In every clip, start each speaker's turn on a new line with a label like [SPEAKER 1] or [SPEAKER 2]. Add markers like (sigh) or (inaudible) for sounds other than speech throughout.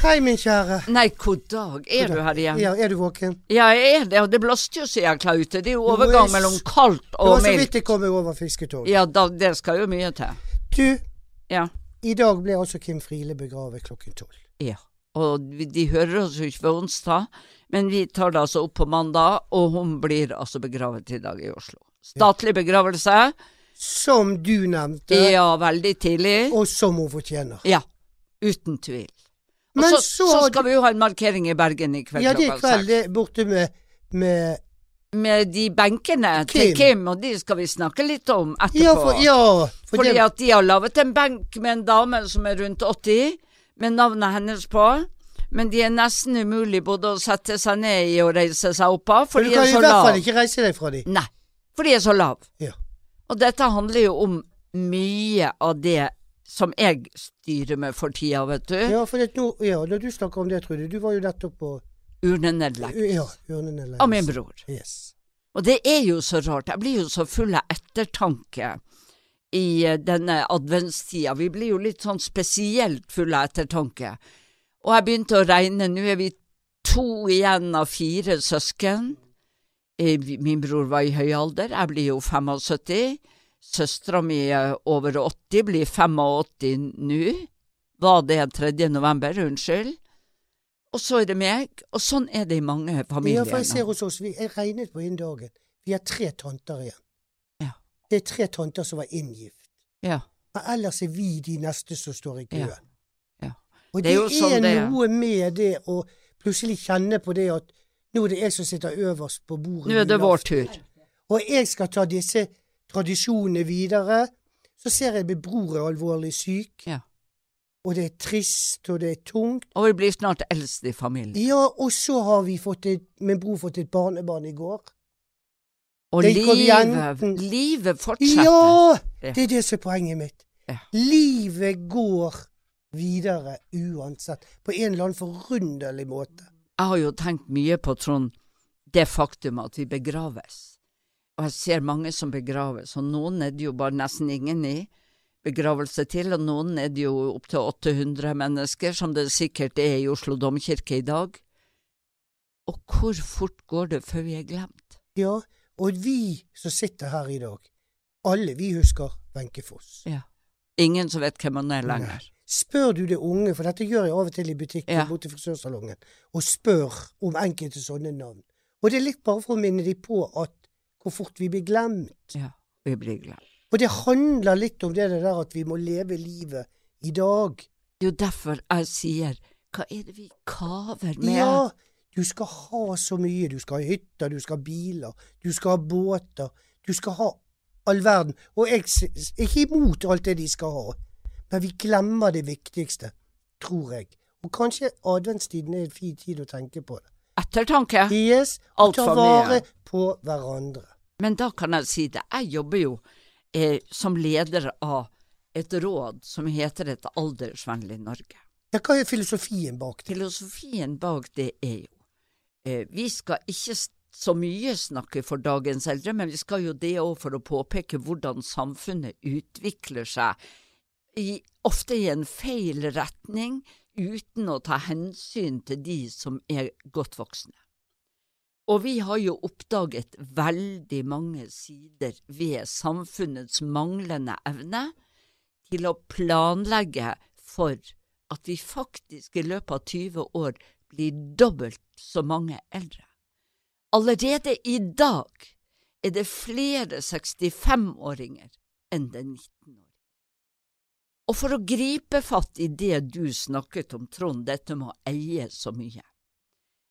[SPEAKER 1] Hei, min kjære.
[SPEAKER 2] Nei, god dag. Er
[SPEAKER 1] God
[SPEAKER 2] du
[SPEAKER 1] dag.
[SPEAKER 2] her igjen?
[SPEAKER 1] Ja, er du våken?
[SPEAKER 2] Ja, jeg er det, og det blåste jo siden, Klaute. Det er jo
[SPEAKER 1] var
[SPEAKER 2] overgang
[SPEAKER 1] s-
[SPEAKER 2] mellom kaldt
[SPEAKER 1] Det var
[SPEAKER 2] og
[SPEAKER 1] så vidt
[SPEAKER 2] mildt.
[SPEAKER 1] jeg kom meg over fisketoget.
[SPEAKER 2] Ja, da, det skal jo mye til.
[SPEAKER 1] Du,
[SPEAKER 2] Ja.
[SPEAKER 1] i dag ble altså Kim Friele begravet klokken tolv.
[SPEAKER 2] ja. Og vi- de hører oss jo ikke på onsdag, men vi tar det altså opp på mandag, og hun blir altså begravet i dag i Oslo. Statlig begravelse.
[SPEAKER 1] Som du nevnte,
[SPEAKER 2] Ja, veldig tidlig.
[SPEAKER 1] og som hun fortjener.
[SPEAKER 2] Ja. Uten tvil. Og
[SPEAKER 1] Men
[SPEAKER 2] så,
[SPEAKER 1] så
[SPEAKER 2] så
[SPEAKER 1] har
[SPEAKER 2] skal vi jo ha en markering i Bergen i kveld
[SPEAKER 1] Ja, det er
[SPEAKER 2] klokka
[SPEAKER 1] kveld
[SPEAKER 2] seks.
[SPEAKER 1] det er borte med, med
[SPEAKER 2] Med de benkene til
[SPEAKER 1] Kim.
[SPEAKER 2] Kim, og de skal vi snakke litt om etterpå.
[SPEAKER 1] Ja, for, ja, for
[SPEAKER 2] Fordi
[SPEAKER 1] det,
[SPEAKER 2] at de har laget en benk med en dame som er rundt 80, med navnet hennes på. Men de er nesten umulig både å sette seg ned i og reise seg opp av, for
[SPEAKER 1] for du
[SPEAKER 2] de
[SPEAKER 1] kan
[SPEAKER 2] er
[SPEAKER 1] i
[SPEAKER 2] så
[SPEAKER 1] hvert
[SPEAKER 2] lav.
[SPEAKER 1] fall ikke reise deg fra dem.
[SPEAKER 2] Nei, for de er så lav.
[SPEAKER 1] Ja.
[SPEAKER 2] Og dette handler jo om mye av det som jeg styrer med for tida, vet du.
[SPEAKER 1] Ja, for det, nå, ja, når du snakker om det, Trude, du var jo nettopp på
[SPEAKER 2] Urnenedlegg
[SPEAKER 1] Ja, urnenedleggelse.
[SPEAKER 2] av min bror.
[SPEAKER 1] Yes.
[SPEAKER 2] Og det er jo så rart. Jeg blir jo så full av ettertanke i eh, denne adventstida. Vi blir jo litt sånn spesielt full av ettertanke. Og jeg begynte å regne. Nå er vi to igjen av fire søsken. Eh, vi- Min bror var i høy alder. Jeg blir jo 75. Søstera mi er over 80, blir 85 nå. Var det 3. november? Unnskyld. Og så er det meg. Og sånn er det i mange familier.
[SPEAKER 1] Ja, for jeg
[SPEAKER 2] nå.
[SPEAKER 1] ser hos oss, vi, jeg regnet på innen dagen, vi har tre tanter igjen.
[SPEAKER 2] Ja.
[SPEAKER 1] Det er tre tanter som var inngift.
[SPEAKER 2] ja.
[SPEAKER 1] Men ellers er vi de neste som står i køen.
[SPEAKER 2] Ja, ja.
[SPEAKER 1] Og
[SPEAKER 2] Det
[SPEAKER 1] det,
[SPEAKER 2] er jo
[SPEAKER 1] er,
[SPEAKER 2] sånn det er.
[SPEAKER 1] noe med det å plutselig kjenne på det at nå er det jeg som sitter øverst på bordet.
[SPEAKER 2] Nå er det
[SPEAKER 1] julaften.
[SPEAKER 2] vår tur.
[SPEAKER 1] Og jeg skal ta disse tradisjonene videre. Så ser jeg min bror er alvorlig syk,
[SPEAKER 2] Ja.
[SPEAKER 1] og det er trist, og det er tungt.
[SPEAKER 2] Og vi blir snart eldst i familien.
[SPEAKER 1] Ja, og så har vi fått et, min bror fått et barnebarn i går.
[SPEAKER 2] Og
[SPEAKER 1] Det går
[SPEAKER 2] livet,
[SPEAKER 1] jenten.
[SPEAKER 2] livet fortsetter.
[SPEAKER 1] Ja!
[SPEAKER 2] Ja.
[SPEAKER 1] Det er det som er poenget mitt.
[SPEAKER 2] Ja.
[SPEAKER 1] Livet går videre uansett, på en eller annen forunderlig måte.
[SPEAKER 2] Jeg har jo tenkt mye på, Trond, det faktum at vi begraves. Og jeg ser mange som begraves, og noen er det jo bare nesten ingen i begravelse til, og noen er det jo opptil 800 mennesker, som det sikkert er i Oslo domkirke i dag. Og hvor fort går det før vi er glemt?
[SPEAKER 1] Ja, og vi som sitter her i dag, alle vi husker Wenche Foss.
[SPEAKER 2] Ja. Ingen som vet hvem han er lenger.
[SPEAKER 1] Spør du det unge, for dette gjør jeg av og til i butikken
[SPEAKER 2] Ja.
[SPEAKER 1] borte i frisørsalongen, og spør om enkelte sånne navn. Og det er litt bare for å minne de på at hvor fort vi blir glemt.
[SPEAKER 2] Ja, vi blir glemt.
[SPEAKER 1] Og det handler litt om det der at vi må leve livet i dag.
[SPEAKER 2] Det er jo derfor jeg sier hva er det vi kaver med?
[SPEAKER 1] Ja, du skal ha så mye. Du skal ha hytter, du skal ha biler, du skal ha båter. Du skal ha all verden. Og jeg s- ikke imot alt det de skal ha, men vi glemmer det viktigste, tror jeg. Og kanskje adventstiden er en fin tid å tenke på det.
[SPEAKER 2] Ettertanke.
[SPEAKER 1] Yes, og
[SPEAKER 2] Alt
[SPEAKER 1] ta
[SPEAKER 2] for
[SPEAKER 1] vare
[SPEAKER 2] mye.
[SPEAKER 1] på hverandre.
[SPEAKER 2] Men da kan jeg si det. Jeg jobber jo eh, som leder av et råd som heter Et aldersvennlig Norge.
[SPEAKER 1] Ja, hva er filosofien bak det?
[SPEAKER 2] Filosofien bak det er jo eh, Vi skal ikke s- så mye snakke for dagens eldre, men vi skal jo det òg for å påpeke hvordan samfunnet utvikler seg, i, ofte i en feil retning, uten å ta hensyn til de som er godt voksne. Og vi har jo oppdaget veldig mange sider ved samfunnets manglende evne til å planlegge for at vi faktisk i løpet av 20 år blir dobbelt så mange eldre. Allerede i dag er det flere 65-åringer enn det er 19-åringer. Og for å gripe fatt i det du snakket om, Trond, dette med å eie så mye.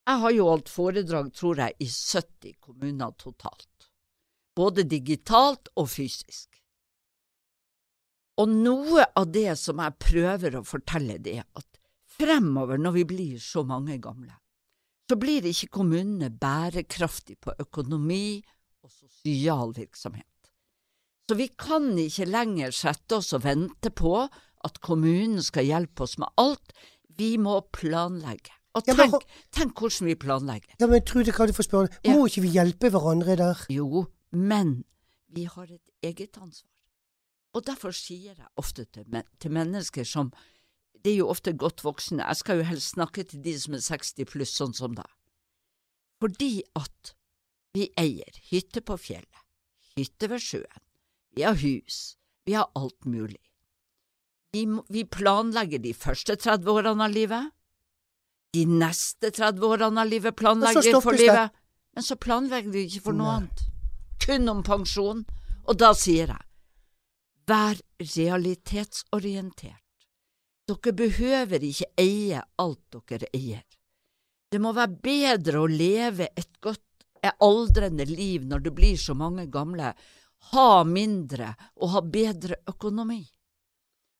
[SPEAKER 2] Jeg har jo holdt foredrag, tror jeg, i 70 kommuner totalt. Både digitalt og fysisk. Og noe av det som jeg prøver å fortelle, det er at fremover, når vi blir så mange gamle, så blir ikke kommunene bærekraftig på økonomi og sosial virksomhet. Så vi kan ikke lenger sette oss og vente på at kommunen skal hjelpe oss med alt, vi må planlegge. Og
[SPEAKER 1] Ja, men
[SPEAKER 2] tenk, tenk hvordan vi planlegger.
[SPEAKER 1] Ja, men Trude, kan du få spørre?
[SPEAKER 2] Ja.
[SPEAKER 1] Må ikke vi hjelpe hverandre der?
[SPEAKER 2] Jo, men vi har et eget ansvar. Og derfor sier jeg ofte til, men til mennesker som det er jo ofte godt voksne. Jeg skal jo helst snakke til de som er 60 pluss, sånn som deg. Fordi at vi eier hytte på fjellet, hytte ved sjøen, vi har hus, vi har alt mulig. Vi, må- vi planlegger de første 30 årene av livet. De neste 30 årene av livet planlegger vi
[SPEAKER 1] stoppes
[SPEAKER 2] for
[SPEAKER 1] det.
[SPEAKER 2] livet. Men så planlegger vi ikke for noe
[SPEAKER 1] Nei.
[SPEAKER 2] annet. Kun om pensjon. Og da sier jeg, vær realitetsorientert. Dere behøver ikke eie alt dere eier. Det må være bedre å leve et godt, eh, aldrende liv når det blir så mange gamle. Ha mindre og ha bedre økonomi.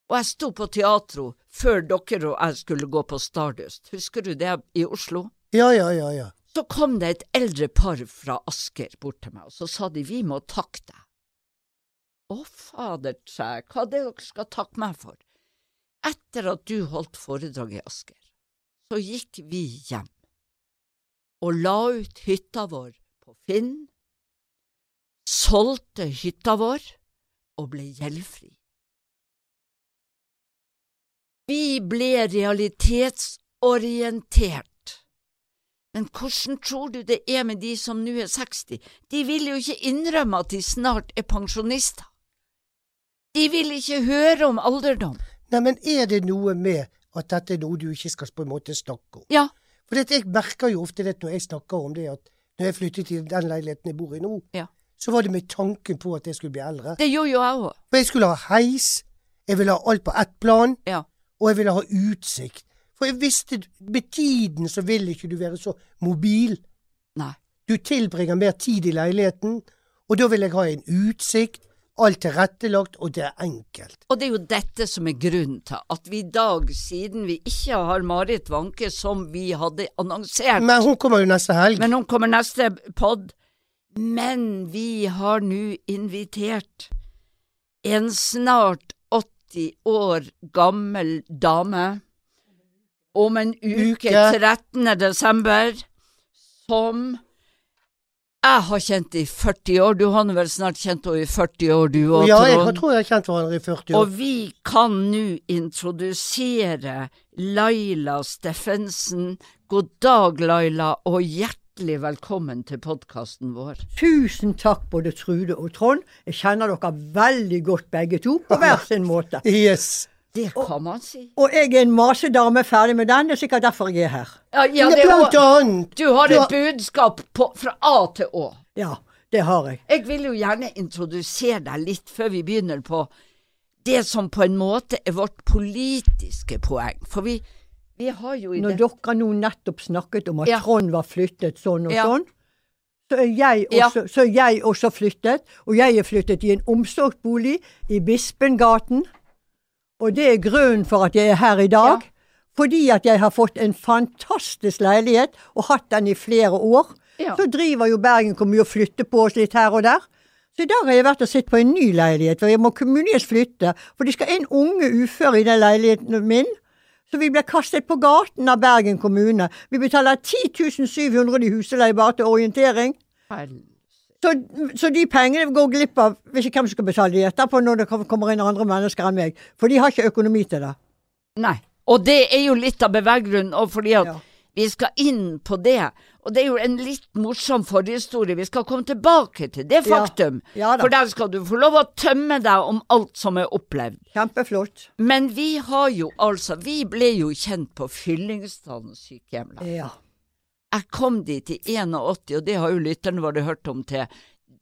[SPEAKER 2] Og jeg sto på teatro før dere og jeg skulle gå på Stardust, husker du det, i Oslo?
[SPEAKER 1] Ja, ja, ja. ja.
[SPEAKER 2] Så kom det et eldre par fra Asker bort til meg, og så sa de vi må takke deg. Å, fader træ, hva er det dere skal takke meg for? Etter at du holdt foredrag i Asker, så gikk vi hjem og la ut hytta vår på Finn, solgte hytta vår og ble gjeldfri. Vi ble realitetsorientert. Men hvordan tror du det er med de som nå er 60? De vil jo ikke innrømme at de snart er pensjonister. De vil ikke høre om alderdom.
[SPEAKER 1] Nei, men er det noe med at dette er noe du ikke skal på en måte snakke om?
[SPEAKER 2] Ja,
[SPEAKER 1] For det, jeg merker jo ofte det når jeg snakker om det, at når jeg flyttet til den leiligheten jeg bor i nå,
[SPEAKER 2] Ja.
[SPEAKER 1] så var det med tanken på at jeg skulle bli eldre.
[SPEAKER 2] det gjorde jo jeg òg.
[SPEAKER 1] For jeg skulle ha heis, jeg ville ha alt på ett plan,
[SPEAKER 2] Ja.
[SPEAKER 1] og jeg ville ha utsikt. For jeg visste, med tiden så vil ikke du være så mobil.
[SPEAKER 2] Nei.
[SPEAKER 1] Du tilbringer mer tid i leiligheten, og da vil jeg ha en utsikt, alt tilrettelagt, og det er enkelt.
[SPEAKER 2] Og det er jo dette som er grunnen til at vi i dag, siden vi ikke har Marit Wanke som vi hadde annonsert,
[SPEAKER 1] Men hun kommer jo neste helg.
[SPEAKER 2] men hun kommer neste pod, men vi har nå invitert en snart 80 år gammel dame om en uke,
[SPEAKER 1] Uke.
[SPEAKER 2] 13. desember, som jeg har kjent i 40 år. Du har nå vel snart kjent henne i 40 år, du òg,
[SPEAKER 1] ja, jeg har- tror jeg har kjent hverandre i 40 år.
[SPEAKER 2] og vi kan nå introdusere Laila Steffensen. God dag, Laila, og hjertelig velkommen til podkasten vår.
[SPEAKER 3] Tusen takk, både Trude og Trond. Jeg kjenner dere veldig godt begge to, på
[SPEAKER 2] (laughs)
[SPEAKER 3] hver sin måte.
[SPEAKER 1] Yes.
[SPEAKER 2] Det kan man si.
[SPEAKER 3] Og jeg er en masedame ferdig med den, det er sikkert derfor jeg er her.
[SPEAKER 2] Ja, ja,
[SPEAKER 1] Men
[SPEAKER 2] det, er
[SPEAKER 1] blant
[SPEAKER 2] jo-
[SPEAKER 1] annet
[SPEAKER 2] du har
[SPEAKER 1] Ja.
[SPEAKER 2] et budskap på, fra A til Å.
[SPEAKER 3] Ja, det har jeg.
[SPEAKER 2] Jeg vil jo gjerne introdusere deg litt før vi begynner på det som på en måte er vårt politiske poeng. For vi, vi har jo i
[SPEAKER 3] Når
[SPEAKER 2] det
[SPEAKER 3] dere nå nettopp snakket om at
[SPEAKER 2] Ja.
[SPEAKER 3] Trond var flyttet sånn og
[SPEAKER 2] Ja.
[SPEAKER 3] sånn, så er, jeg
[SPEAKER 2] Ja.
[SPEAKER 3] også, så er jeg også flyttet. Og jeg er flyttet i en omsorgsbolig i Bispengaten. Og det er grunnen for at jeg er her i dag. Fordi at jeg har fått en fantastisk leilighet, og hatt den i flere år.
[SPEAKER 2] Ja.
[SPEAKER 3] Så driver jo Bergen kommune og flytter på oss litt her og der. Så i dag har jeg vært og sett på en ny leilighet, for jeg må kommunens flytte. For de skal inn unge uføre i den leiligheten min. Så vi ble kastet på gaten av Bergen kommune. Vi betaler 10 700 i husleie bare til orientering. Så, så de pengene går glipp av hvis ikke hvem som skal betale de etterpå når det kom- kommer inn andre mennesker enn meg. For de har ikke økonomi til det.
[SPEAKER 2] Nei. Og det er jo litt av beveggrunnen, og fordi at
[SPEAKER 3] Ja.
[SPEAKER 2] vi skal inn på det. Og det er jo en litt morsom forhistorie. Vi skal komme tilbake til det
[SPEAKER 3] Ja.
[SPEAKER 2] faktum.
[SPEAKER 3] Ja da.
[SPEAKER 2] For der skal du få lov å tømme deg om alt som er opplevd.
[SPEAKER 3] Kjempeflott.
[SPEAKER 2] Men vi har jo altså Vi ble jo kjent på Fyllingsdalen sykehjem. da.
[SPEAKER 3] Ja.
[SPEAKER 2] Jeg kom dit i 81, og det har jo lytterne våre hørt om til,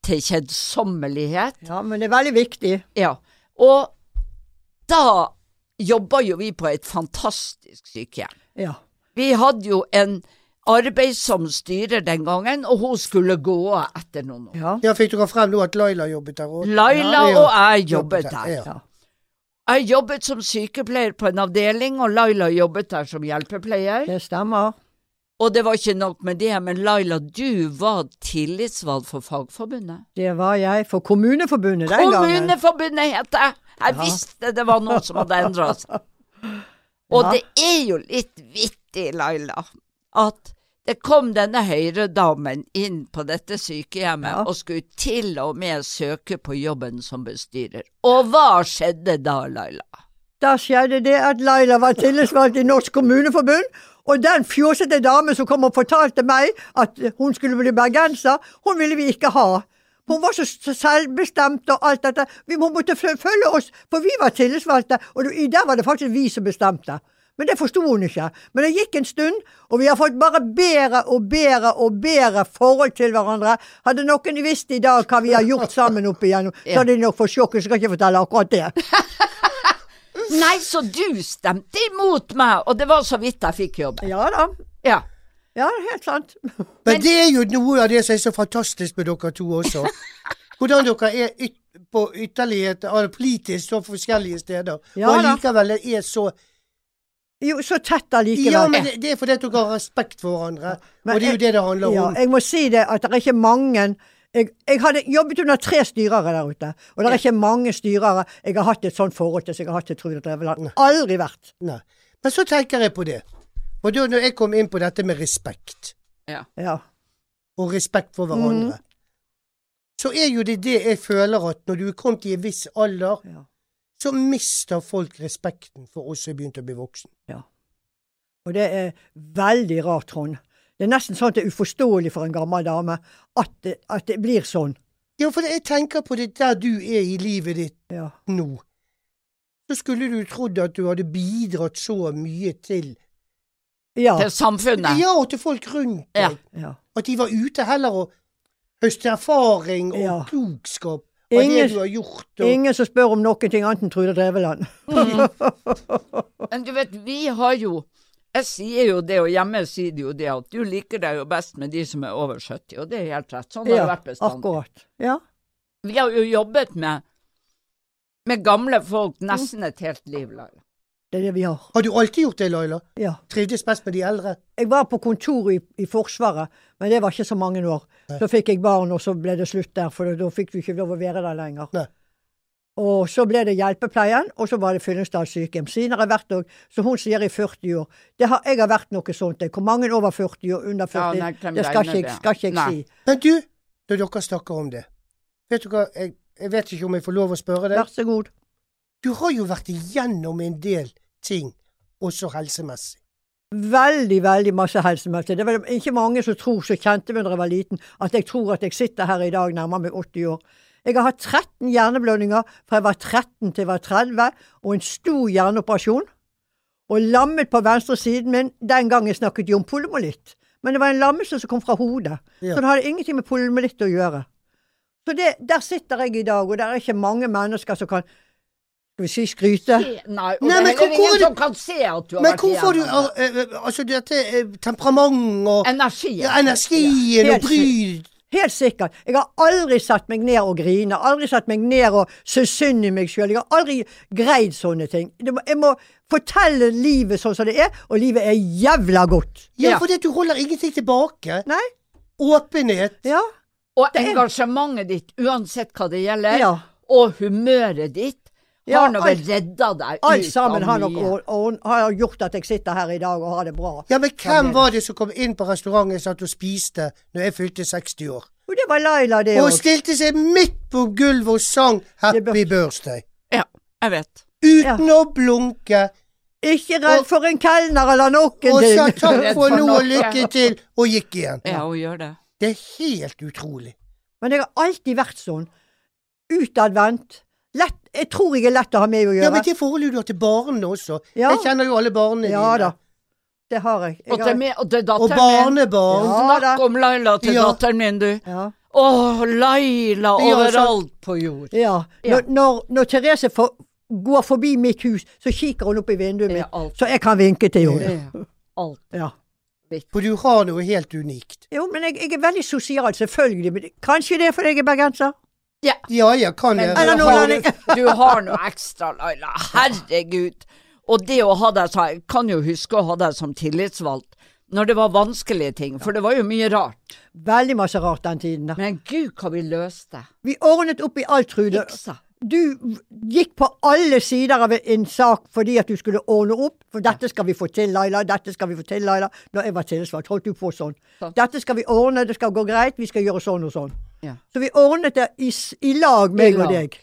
[SPEAKER 2] til kjedsommelighet.
[SPEAKER 3] ja, men det er veldig viktig.
[SPEAKER 2] Ja, og da jobba jo vi på et fantastisk sykehjem.
[SPEAKER 3] Ja.
[SPEAKER 2] Vi hadde jo en arbeidsom styrer den gangen, og hun skulle gå av etter noen år.
[SPEAKER 3] ja.
[SPEAKER 1] Ja, fikk dere frem nå at Laila jobbet der òg?
[SPEAKER 2] Laila
[SPEAKER 1] Ja.
[SPEAKER 2] og jeg jobbet der.
[SPEAKER 1] Ja.
[SPEAKER 2] Jeg jobbet som sykepleier på en avdeling, og Laila jobbet der som hjelpepleier.
[SPEAKER 3] Det stemmer.
[SPEAKER 2] Og det var ikke nok med det, men Laila, du var tillitsvalgt for Fagforbundet.
[SPEAKER 3] Det var jeg for Kommuneforbundet den gangen.
[SPEAKER 2] Kommuneforbundet het det! Jeg visste det var noen som hadde endra seg. Og
[SPEAKER 3] (laughs) Ja.
[SPEAKER 2] det er jo litt vittig, Laila, at det kom denne høyredamen inn på dette sykehjemmet
[SPEAKER 3] Ja.
[SPEAKER 2] og skulle til og med søke på jobben som bestyrer. Og hva skjedde da, Laila?
[SPEAKER 3] Da skjedde det at Laila var tillitsvalgt i Norsk Kommuneforbund, og den fjåsete dame som kom og fortalte meg at hun skulle bli bergenser, hun ville vi ikke ha. Hun var så s- selvbestemt og alt dette. Vi hun måtte fø- følge oss, for vi var tillitsvalgte, og det- i- der var det faktisk vi som bestemte. Men det forsto hun ikke. Men det gikk en stund, og vi har fått bare bedre og bedre og bedre forhold til hverandre. Hadde noen visst i dag hva vi har gjort sammen opp igjennom, så
[SPEAKER 2] Ja.
[SPEAKER 3] hadde de nok fått sjokk. Jeg skal ikke fortelle akkurat det.
[SPEAKER 2] Nei, så du stemte imot meg, og det var så vidt jeg fikk jobben.
[SPEAKER 3] Ja da.
[SPEAKER 2] Ja.
[SPEAKER 3] Ja, det er helt sant.
[SPEAKER 1] Men det er jo noe av det som er så fantastisk med dere to også. Hvordan dere er yt på ytterligheter, altså politisk så forskjellige steder,
[SPEAKER 3] Ja
[SPEAKER 1] og
[SPEAKER 3] da.
[SPEAKER 1] likevel er så
[SPEAKER 3] Jo, så tett allikevel.
[SPEAKER 1] Ja, men det, det er fordi at dere har respekt for hverandre,
[SPEAKER 3] Men
[SPEAKER 1] og det er jo
[SPEAKER 3] jeg-
[SPEAKER 1] det det handler
[SPEAKER 3] Ja,
[SPEAKER 1] om.
[SPEAKER 3] jeg må si det at det er ikke mange jeg, jeg hadde jobbet under tre styrere der ute, og det er ikke mange styrere jeg har hatt et sånt forhold til som jeg har hatt til Trude Drevland. Aldri vært.
[SPEAKER 1] Nei. Men så tenker jeg på det. Og da når jeg kom inn på dette med respekt,
[SPEAKER 2] ja.
[SPEAKER 3] Ja.
[SPEAKER 1] og respekt for hverandre, så er jo det det jeg føler at når du er kommet i en viss alder,
[SPEAKER 3] Ja.
[SPEAKER 1] så mister folk respekten for oss som er begynt å bli voksen.
[SPEAKER 3] Og det er veldig rart, Trond. Det er nesten sånn at det er uforståelig for en gammel dame at det, at det blir sånn.
[SPEAKER 1] Ja, for jeg tenker på det der du er i livet ditt
[SPEAKER 3] Ja.
[SPEAKER 1] nå. Så skulle du trodd at du hadde bidratt så mye til
[SPEAKER 3] Ja.
[SPEAKER 2] Til samfunnet.
[SPEAKER 1] Ja, og til folk rundt
[SPEAKER 2] Ja.
[SPEAKER 1] deg.
[SPEAKER 3] ja.
[SPEAKER 1] At de var ute heller og høste erfaring og
[SPEAKER 3] Ja.
[SPEAKER 1] klokskap av det
[SPEAKER 3] Ingen-
[SPEAKER 1] du har gjort. Og...
[SPEAKER 3] Ingen som spør om noen ting annet enn Trude Dreveland.
[SPEAKER 2] Men du vet, vi har jo Jeg sier jo det, og hjemme sier de jo det, at du liker deg jo best med de som er over 70, og det er helt rett. Sånn har det
[SPEAKER 3] Ja,
[SPEAKER 2] vært bestandig.
[SPEAKER 3] akkurat. Ja.
[SPEAKER 2] Vi har jo jobbet med, med gamle folk nesten et helt liv. Laila.
[SPEAKER 3] Det er det vi har.
[SPEAKER 1] Har du alltid gjort det, Laila?
[SPEAKER 3] Ja.
[SPEAKER 1] Trivdes best med de eldre?
[SPEAKER 3] Jeg var på kontor i, i Forsvaret, men det var ikke så mange år. Så fikk jeg barn, og så ble det slutt der, for da fikk vi ikke lov å være der lenger.
[SPEAKER 1] Nei.
[SPEAKER 3] Og så ble det hjelpepleien, og så var det Fyllingsdal sykehjem. Siden har jeg vært og, som hun sier, i 40 år. Det har, jeg har vært noe sånt. jeg. Hvor mange over 40 og under 40?
[SPEAKER 2] nei, hvem
[SPEAKER 3] det skal
[SPEAKER 2] regner
[SPEAKER 3] ikke, jeg-
[SPEAKER 2] det?
[SPEAKER 3] skal ikke jeg
[SPEAKER 2] Nei.
[SPEAKER 3] si.
[SPEAKER 1] Men du, når dere snakker om det Vet du hva, jeg, jeg vet ikke om jeg får lov å spørre deg.
[SPEAKER 3] Vær så god.
[SPEAKER 1] Du har jo vært igjennom en del ting, også helsemessig.
[SPEAKER 3] Veldig, veldig masse helsemessig. Det er vel ikke mange som tror, som kjente meg da jeg var liten, at jeg tror at jeg sitter her i dag nærmere meg 80 år. Jeg har hatt 13 hjerneblødninger fra jeg var 13 til jeg var 30, og en stor hjerneoperasjon. Og lammet på venstre siden min, den gangen snakket de om polymolitt. Men det var en lammelse som kom fra hodet,
[SPEAKER 1] Ja.
[SPEAKER 3] så det hadde ingenting med polymolitt å gjøre. Så det, der sitter jeg i dag, og det er ikke mange mennesker som kan skal vi si skryte.
[SPEAKER 2] Nei, og
[SPEAKER 1] Nei,
[SPEAKER 2] det
[SPEAKER 1] men
[SPEAKER 2] er heller
[SPEAKER 1] hvor-
[SPEAKER 2] ingen som kan se at du har
[SPEAKER 1] Men
[SPEAKER 2] vært
[SPEAKER 1] hvorfor du
[SPEAKER 2] igjennom det.
[SPEAKER 1] eh, eh, Altså dette eh, temperament og
[SPEAKER 2] Energi.
[SPEAKER 1] ja, energien
[SPEAKER 3] Ja,
[SPEAKER 1] og
[SPEAKER 3] helt
[SPEAKER 1] bryd
[SPEAKER 3] Helt sikkert. Jeg har aldri satt meg ned og grine. Aldri satt meg ned og synes synd i meg sjøl. Jeg har aldri greid sånne ting. Det må- Jeg må fortelle livet sånn som det er, og livet er jævla godt.
[SPEAKER 1] Ja,
[SPEAKER 2] Ja.
[SPEAKER 1] fordi at du holder ingenting tilbake.
[SPEAKER 3] Nei?
[SPEAKER 1] Åpenhet.
[SPEAKER 3] Ja.
[SPEAKER 2] Og
[SPEAKER 3] Det er-
[SPEAKER 2] engasjementet ditt, uansett hva det gjelder,
[SPEAKER 3] Ja.
[SPEAKER 2] og humøret ditt,
[SPEAKER 3] Ja,
[SPEAKER 2] har nå vel
[SPEAKER 3] alt-
[SPEAKER 2] redda deg
[SPEAKER 3] Alt
[SPEAKER 2] ut
[SPEAKER 3] sammen har
[SPEAKER 2] av
[SPEAKER 3] nok
[SPEAKER 2] mye.
[SPEAKER 3] og, og, har gjort at jeg sitter her i dag og har det bra.
[SPEAKER 1] Ja, men
[SPEAKER 3] Ja, det
[SPEAKER 1] hvem
[SPEAKER 3] er
[SPEAKER 1] var det som kom inn på restauranten jeg satt og spiste når jeg fylte 60 år?
[SPEAKER 3] Og det var Laila, det
[SPEAKER 1] Og
[SPEAKER 3] òg.
[SPEAKER 1] stilte seg midt på gulvet og sang
[SPEAKER 3] Det er
[SPEAKER 1] 'Happy
[SPEAKER 3] bra.
[SPEAKER 1] Birthday'.
[SPEAKER 2] Ja, jeg vet.
[SPEAKER 1] Uten å blunke.
[SPEAKER 3] Ikke redd for en kelner eller noen
[SPEAKER 1] Og sa
[SPEAKER 3] ting.
[SPEAKER 1] takk for nå og lykke til, og gikk igjen.
[SPEAKER 2] Ja, hun gjør det.
[SPEAKER 1] Det er helt utrolig.
[SPEAKER 3] (laughs) Men jeg har alltid vært sånn. Utadvendt. Lett, jeg tror jeg er lett å ha med å gjøre.
[SPEAKER 1] Ja, men det forholdet du har til barna også.
[SPEAKER 3] Ja.
[SPEAKER 1] Jeg kjenner jo alle barna
[SPEAKER 3] Ja
[SPEAKER 1] dine.
[SPEAKER 3] da. Det har jeg. jeg
[SPEAKER 2] Og til,
[SPEAKER 3] har,
[SPEAKER 2] me- og til
[SPEAKER 1] Og
[SPEAKER 2] datteren min.
[SPEAKER 1] barnebarn.
[SPEAKER 3] Ja.
[SPEAKER 2] Snakk
[SPEAKER 3] da.
[SPEAKER 2] om Laila til
[SPEAKER 1] Ja.
[SPEAKER 2] datteren min, du.
[SPEAKER 3] ja.
[SPEAKER 2] Å, Laila
[SPEAKER 1] Ja, sant.
[SPEAKER 2] overalt på jord.
[SPEAKER 3] Ja.
[SPEAKER 2] Ja.
[SPEAKER 3] Når, når, når Therese for, går forbi mitt hus, så kikker hun opp i vinduet
[SPEAKER 2] Det
[SPEAKER 3] mitt,
[SPEAKER 2] er alt.
[SPEAKER 3] så jeg kan vinke til henne.
[SPEAKER 2] Det er alt.
[SPEAKER 3] Ja.
[SPEAKER 1] For du har noe helt unikt.
[SPEAKER 3] Jo, men jeg, jeg er veldig sosial, selvfølgelig. Men kanskje det er fordi jeg er bergenser?
[SPEAKER 1] Ja ja, kan jeg.
[SPEAKER 3] Eller
[SPEAKER 2] du,
[SPEAKER 3] noe
[SPEAKER 2] har,
[SPEAKER 3] annet.
[SPEAKER 2] (laughs) du har noe ekstra, Laila. Herregud. Og det å ha deg som Jeg kan jo huske å ha deg som tillitsvalgt når det var vanskelige ting, for det var jo mye rart.
[SPEAKER 3] Veldig masse rart den tiden. da.
[SPEAKER 2] Men gud, hva vi løste.
[SPEAKER 3] Vi ordnet opp i alt, Trude.
[SPEAKER 2] Fiksa.
[SPEAKER 3] Du gikk på alle sider av en sak fordi at du skulle ordne opp. For dette skal vi få til, Laila. Dette skal vi få til, Laila. Når jeg var tillitsvalgt, holdt du på sånn.
[SPEAKER 2] Sant.
[SPEAKER 3] Dette skal vi ordne, det skal gå greit, vi skal gjøre sånn og sånn.
[SPEAKER 2] Ja.
[SPEAKER 3] Så vi ordnet det i, s- i lag,
[SPEAKER 2] I
[SPEAKER 3] meg og
[SPEAKER 2] lag.
[SPEAKER 3] deg.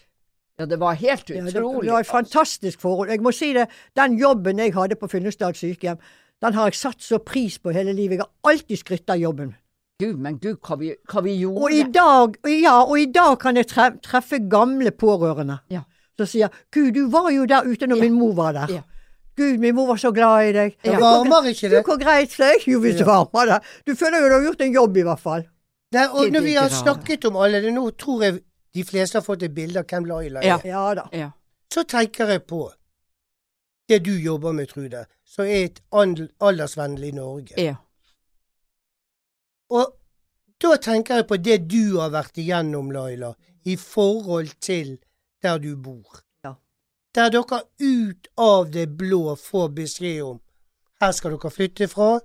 [SPEAKER 2] Ja, det var helt
[SPEAKER 3] Ja, det-
[SPEAKER 2] utrolig. altså.
[SPEAKER 3] Det var et fantastisk forhold. Jeg må si det, den jobben jeg hadde på Fynnestad sykehjem, den har jeg satt så pris på hele livet. Jeg har alltid skrytt av jobben.
[SPEAKER 2] Gud, men gud, hva vi, hva vi gjorde.
[SPEAKER 3] Og i dag, ja, og i dag kan jeg tre treffe gamle pårørende
[SPEAKER 2] Ja.
[SPEAKER 3] som sier 'Gud, du var jo der ute når min mor var der'.
[SPEAKER 2] Ja.
[SPEAKER 3] Gud, min mor var så glad i deg.
[SPEAKER 2] Ja.
[SPEAKER 3] Du,
[SPEAKER 1] Varmer ikke det?
[SPEAKER 3] hvor greit det er. Jo, hvis du varmer det. Du føler jo du har gjort en jobb, i hvert fall.
[SPEAKER 1] Nei, og når vi har
[SPEAKER 2] Tidligere.
[SPEAKER 1] snakket om alle det nå, tror jeg de fleste har fått et bilde av hvem Laila er.
[SPEAKER 2] Ja.
[SPEAKER 3] Ja da.
[SPEAKER 2] ja.
[SPEAKER 1] Så tenker jeg på det du jobber med, Trude, som er et an- aldersvennlig Norge.
[SPEAKER 2] ja.
[SPEAKER 1] Og da tenker jeg på det du har vært igjennom, Laila, i forhold til der du bor.
[SPEAKER 3] Ja.
[SPEAKER 1] Der dere ut av det blå får beskjed om her skal dere flytte fra.